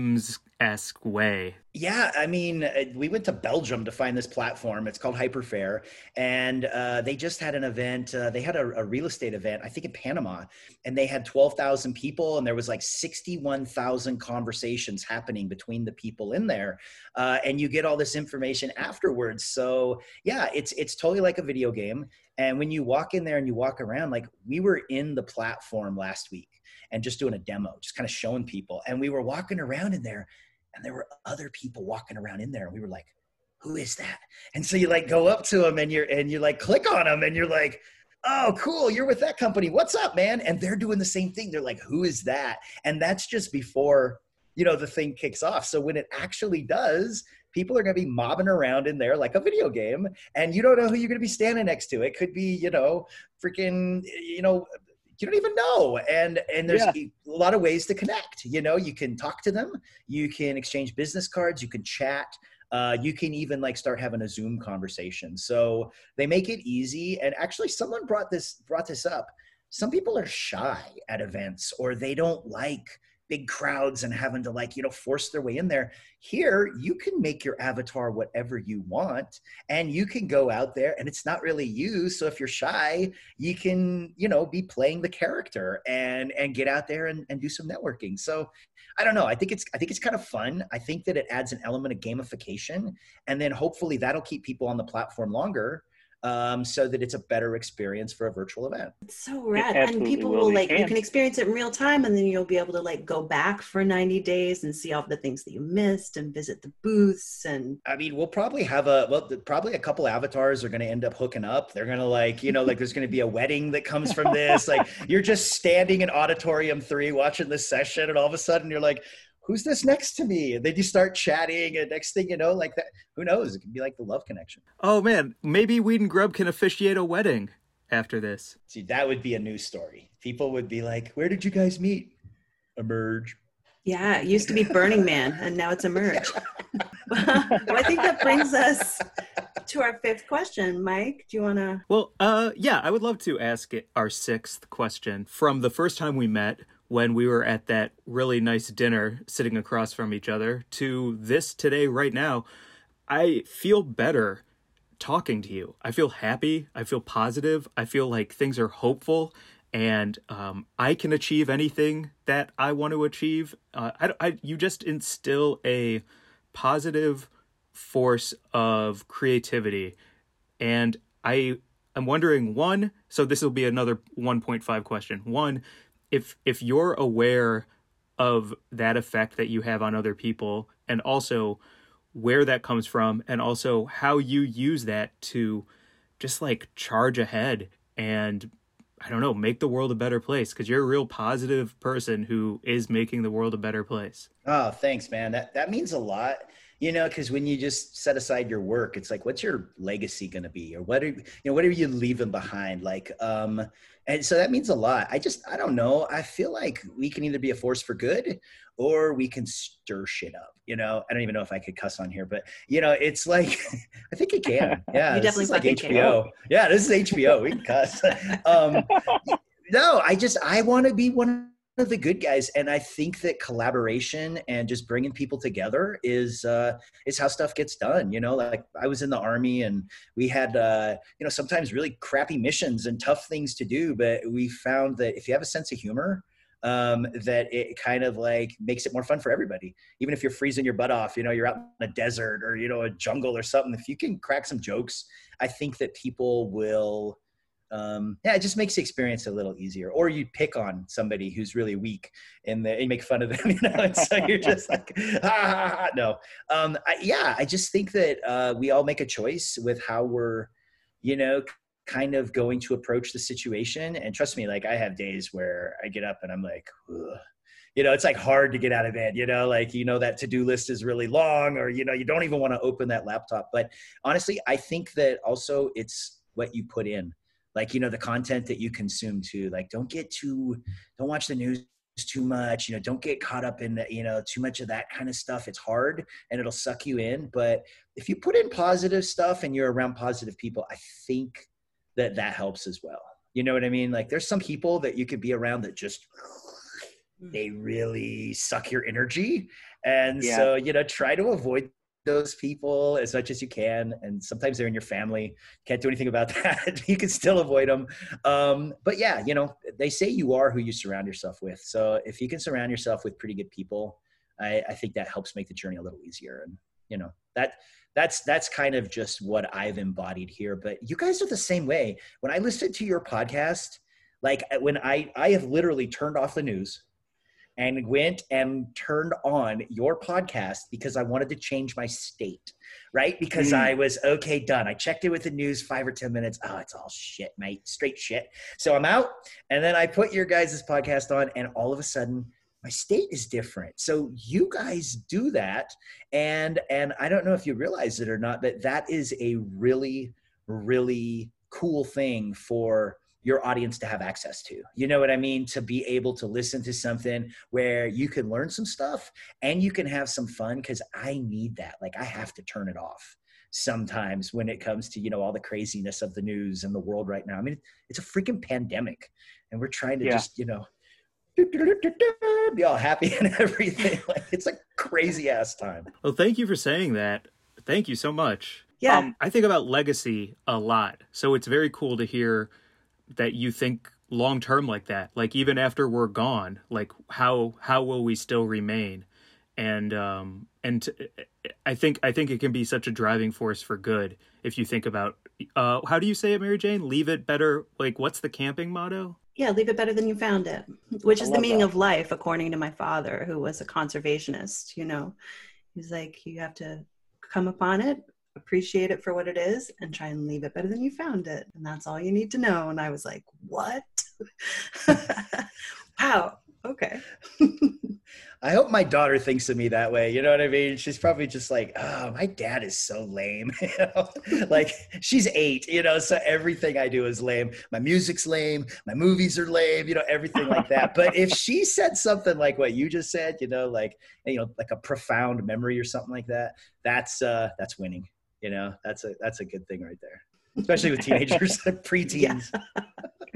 Speaker 2: Sims-esque way.
Speaker 5: Yeah, I mean, uh, we went to Belgium to find this platform. It's called Hyperfair, and uh, they just had an event. Uh, they had a, a real estate event, I think, in Panama, and they had twelve thousand people, and there was like sixty-one thousand conversations happening between the people in there, uh, and you get all this information afterwards. So yeah, it's it's totally like a video game. And when you walk in there and you walk around, like we were in the platform last week and just doing a demo, just kind of showing people, and we were walking around in there and there were other people walking around in there and we were like who is that and so you like go up to them and you're and you like click on them and you're like oh cool you're with that company what's up man and they're doing the same thing they're like who is that and that's just before you know the thing kicks off so when it actually does people are going to be mobbing around in there like a video game and you don't know who you're going to be standing next to it could be you know freaking you know you don't even know and and there's
Speaker 6: Yeah.
Speaker 5: a lot of ways to connect you know you can talk to them you can exchange business cards you can chat uh, you can even like start having a zoom conversation so they make it easy and actually someone brought this brought this up some people are shy at events or they don't like big crowds and having to like you know force their way in there here you can make your avatar whatever you want and you can go out there and it's not really you so if you're shy you can you know be playing the character and and get out there and, and do some networking so i don't know i think it's i think it's kind of fun i think that it adds an element of gamification and then hopefully that'll keep people on the platform longer um, so that it's a better experience for a virtual event
Speaker 1: It's so rad. And
Speaker 6: absolutely
Speaker 1: people
Speaker 6: will.
Speaker 1: will
Speaker 6: They
Speaker 1: like you
Speaker 6: can.
Speaker 1: can experience it in real time and then you'll be able to like go back for 90 days and see all the things that you missed and visit the booths and
Speaker 5: I mean, we'll probably have a well, th- probably a couple avatars are going to end up hooking up. They're going to like, you know, like there's going to be a wedding that comes from this. Like, you're just standing in auditorium three watching this session, and all of a sudden you're like, "Who's this next to me?" And then you start chatting, and next thing you know, like that, who knows? It could be like the love connection.
Speaker 2: Oh man, maybe Weed and Grub can officiate a wedding after this.
Speaker 5: See, that would be a news story. People would be like, "Where did you guys meet?" Emerge.
Speaker 1: yeah, it used to be Burning Man and now it's Emerge. well, I think that brings us to our fifth question. Mike, do you want to?
Speaker 2: Well, uh, yeah, I would love to ask it our sixth question from the first time we met when we were at that really nice dinner sitting across from each other to this today, right now. I feel better talking to you. I feel happy. I feel positive. I feel like things are hopeful and um, I can achieve anything that I want to achieve. Uh, I, I, you just instill a positive force of creativity and I I'm wondering one, so this will be another 1.5 question. One, if if you're aware of that effect that you have on other people and also where that comes from and also how you use that to just like charge ahead and I don't know, make the world a better place because you're a real positive person who is making the world a better place.
Speaker 5: Oh, thanks, man. That that means a lot. You know, because when you just set aside your work, it's like, what's your legacy going to be, or what are you know, what are you leaving behind? Like, um, and so that means a lot. I just, I don't know. I feel like we can either be a force for good, or we can stir shit up. You know, I don't even know if I could cuss on here, but you know, it's like, <laughs> I think
Speaker 1: <laughs>
Speaker 5: it can. Yeah,
Speaker 1: You
Speaker 5: this
Speaker 1: definitely
Speaker 5: is like
Speaker 1: fucking can.
Speaker 5: HBO. Yeah, this is HBO. We can cuss. <laughs> um, no, I just, I want to be one of the good guys and i think that collaboration and just bringing people together is uh is how stuff gets done you know like i was in the army and we had uh you know sometimes really crappy missions and tough things to do but we found that if you have a sense of humor um that it kind of like makes it more fun for everybody even if you're freezing your butt off you know you're out in a desert or you know a jungle or something if you can crack some jokes i think that people will um, yeah, it just makes the experience a little easier. Or you pick on somebody who's really weak and the, you make fun of them, <laughs> you know, and so you're just like, ah, ah, ah, ah." no. Um, I, yeah, I just think that uh, we all make a choice with how we're, you know, kind of going to approach the situation. And trust me, like I have days where I get up and I'm like, Ugh. you know, it's like hard to get out of bed, you know, like, you know, that to-do list is really long or, you know, you don't even want to open that laptop. But honestly, I think that also it's what you put in like you know the content that you consume too like don't get too don't watch the news too much you know don't get caught up in the, you know too much of that kind of stuff it's hard and it'll suck you in but if you put in positive stuff and you're around positive people i think that that helps as well you know what i mean like there's some people that you could be around that just they really suck your energy and
Speaker 6: Yeah.
Speaker 5: so you know try to avoid those people as much as you can and sometimes they're in your family can't do anything about <laughs> that. you can still avoid them. Um, but yeah, you know, they say you are who you surround yourself with. So if you can surround yourself with pretty good people, I, I think that helps make the journey a little easier. And you know, that that's that's kind of just what I've embodied here. But you guys are the same way. When I listened to your podcast, like uh, when I I have literally turned off the news and went and turned on your podcast because I wanted to change my state right? Because I was okay, done. I checked in with the news five or 10 minutes. Oh, it's all shit, mate. Straight shit. So I'm out. And then I put your guys' podcast on, and all of a sudden, my state is different. So you guys do that. And and I don't know if you realize it or not, but that is a really, really cool thing for your audience to have access to. You know what I mean? To be able to listen to something where you can learn some stuff and you can have some fun because I need that. Like I have to turn it off sometimes when it comes to you know all the craziness of the news and the world right now. I mean, it's a freaking pandemic, and we're trying to
Speaker 8: Yeah.
Speaker 5: just you know be all happy <laughs> and everything. Like it's a crazy ass time.
Speaker 2: Well, thank you for saying that. Thank you so much.
Speaker 1: Yeah.
Speaker 2: Um, I think about legacy a lot. So it's very cool to hear that you think long term like that. Like even after we're gone, like how how will we still remain? And um and t- I think I think it can be such a driving force for good if you think about uh how do you say it Mary Jane? Leave it better like what's the camping motto?
Speaker 1: yeah, leave it better than you found it, which
Speaker 5: I
Speaker 1: is the
Speaker 5: love
Speaker 1: meaning
Speaker 5: that.
Speaker 1: of life, according to my father, who was a conservationist. You know, he's like, you have to come upon it, appreciate it for what it is, and try and leave it better than you found it. And that's all you need to know. And I was like, what? <laughs> wow. Okay. <laughs>
Speaker 5: I hope my daughter thinks of me that way. You know what I mean? She's probably just like, oh, my dad is so lame. <laughs> you know? like she's eight, you know, so everything I do is lame. My music's lame. My movies are lame, you know, everything like that. But if she said something like what you just said, you know, like, you know, like a profound memory or something like that, that's, uh, that's winning. You know, that's a, that's a good thing right there. Especially with teenagers, <laughs> preteens.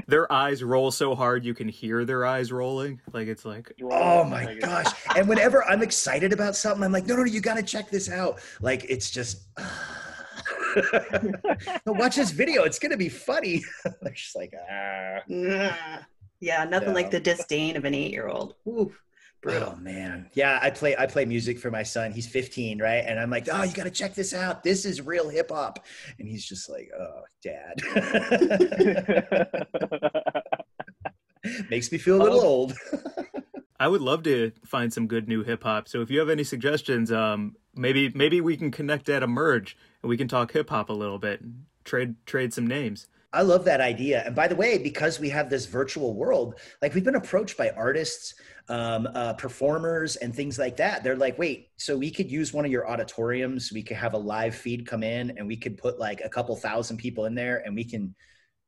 Speaker 2: Their eyes roll so hard you can hear their eyes rolling. Like it's like
Speaker 5: Oh my gosh. And whenever I'm excited about something, I'm like, no, no, no, you got to check this out. Like, it's just, <sighs> no, watch this video. It's going to be funny. <laughs> They're just like, ah.
Speaker 1: <laughs> yeah, nothing
Speaker 5: Yeah.
Speaker 1: like the disdain of an eight-year-old.
Speaker 5: <laughs>
Speaker 1: Ooh,
Speaker 5: Oh man. Yeah. I play, I play music for my son. He's 15. Right. And I'm like, oh, you got to check this out. This is real hip hop. And he's just like, oh, dad. <laughs> Makes me feel a little old.
Speaker 2: I would love to find some good new hip hop. So if you have any suggestions, um, maybe maybe we can connect at a merge and we can talk hip hop a little bit, and trade trade some names.
Speaker 5: I love that idea. And by the way, because we have this virtual world, like we've been approached by artists, um, uh, performers, and things like that. They're like, wait, so we could use one of your auditoriums. We could have a live feed come in, and we could put like a couple thousand people in there, and we can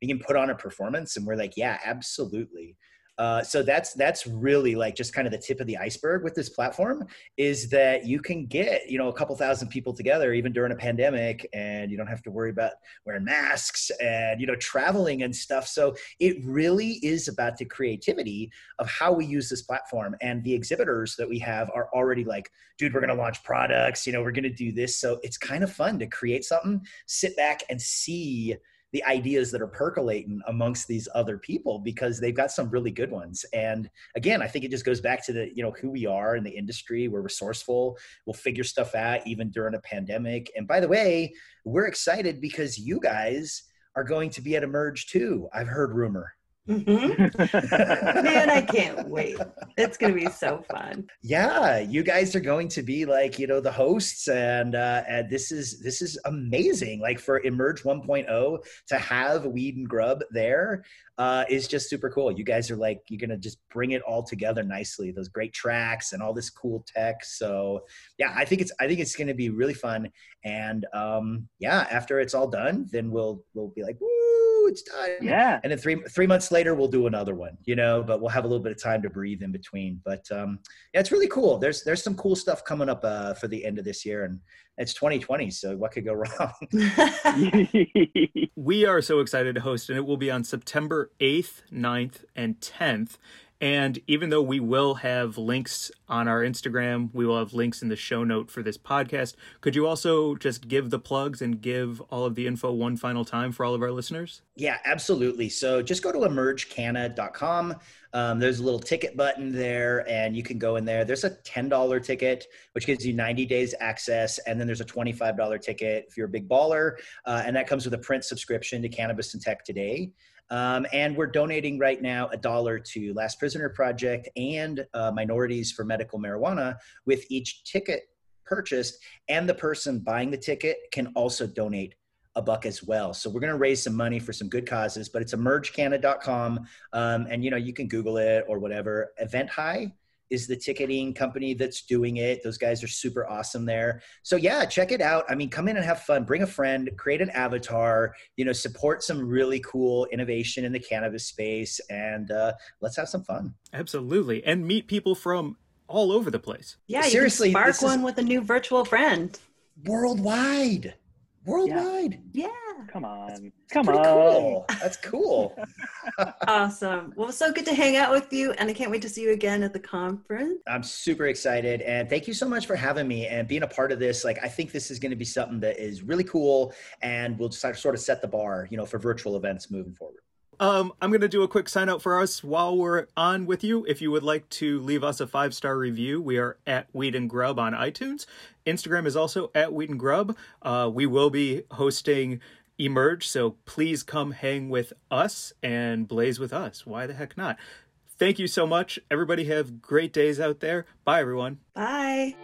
Speaker 5: we can put on a performance. And we're like, yeah, absolutely. Uh, so that's that's really like just kind of the tip of the iceberg with this platform is that you can get you know a couple thousand people together even during a pandemic and you don't have to worry about wearing masks and you know traveling and stuff so it really is about the creativity of how we use this platform and the exhibitors that we have are already like dude we're going to launch products you know we're going to do this so it's kind of fun to create something sit back and see the ideas that are percolating amongst these other people because they've got some really good ones and again i think it just goes back to the you know who we are in the industry we're resourceful we'll figure stuff out even during a pandemic and by the way we're excited because you guys are going to be at Emerge too. I've heard rumor.
Speaker 1: Mhm. man, I can't wait. It's gonna be so fun. <laughs>
Speaker 5: yeah, you guys are going to be like you know the hosts, and uh, and this is this is amazing. Like for Emerge 1.0 to have Weed and Grub there uh, is just super cool. You guys are like you're gonna just bring it all together nicely. Those great tracks and all this cool tech. So yeah, I think it's I think it's gonna be really fun. And um, yeah, after it's all done, then we'll we'll be like, woo, it's done.
Speaker 6: <laughs> yeah. <laughs>
Speaker 5: and then three three months later we'll do another one you know but we'll have a little bit of time to breathe in between but um yeah it's really cool there's there's some cool stuff coming up uh for the end of this year and it's 2020 so what could go <laughs> wrong
Speaker 2: We are so excited to host, and it will be on September 8th, 9th, and 10th. And even though we will have links on our Instagram, we will have links in the show note for this podcast. Could you also just give the plugs and give all of the info one final time for all of our listeners?
Speaker 5: Yeah, absolutely. So just go to emergecana.com. Um, there's a little ticket button there, and you can go in there. There's a $10 ticket, which gives you 90 days access. And then there's a $25 ticket if you're a big baller. Uh, and that comes with a print subscription to Cannabis and Tech Today. Um, and we're donating right now a dollar to Last Prisoner Project and uh, Minorities for Medical Marijuana with each ticket purchased. And the person buying the ticket can also donate a buck as well. So we're going to raise some money for some good causes, but it's emergecanada.com. Um, and you know, you can Google it or whatever. Event High is the ticketing company that's doing it. Those guys are super awesome there. So yeah, check it out. I mean, come in and have fun. Bring a friend, create an avatar, you know, support some really cool innovation in the cannabis space and uh, let's have some fun.
Speaker 2: Absolutely. And meet people from all over the place.
Speaker 1: Yeah, you
Speaker 5: Seriously,
Speaker 1: can spark
Speaker 5: this is-
Speaker 1: one with a new virtual friend.
Speaker 5: Worldwide. Worldwide.
Speaker 1: Yeah.
Speaker 6: Come on. Come
Speaker 5: Pretty
Speaker 6: on.
Speaker 5: cool. That's
Speaker 6: <laughs>
Speaker 5: cool.
Speaker 1: Awesome. Well, so good to hang out with you, and I can't wait to see you again at the conference.
Speaker 5: I'm super excited and thank you so much for having me and being a part of this. Like, I think this is going to be something that is really cool and will sort sort of set the bar, you know, for virtual events moving forward.
Speaker 2: Um, I'm going to do a quick sign out for us while we're on with you. If you would like to leave us a five star review, we are at Weed and Grub on iTunes. Instagram is also at Weed and Grub. Uh, we will be hosting Emerge, so please come hang with us and blaze with us. Why the heck not? Thank you so much. Everybody have great days out there. Bye, everyone.
Speaker 1: Bye.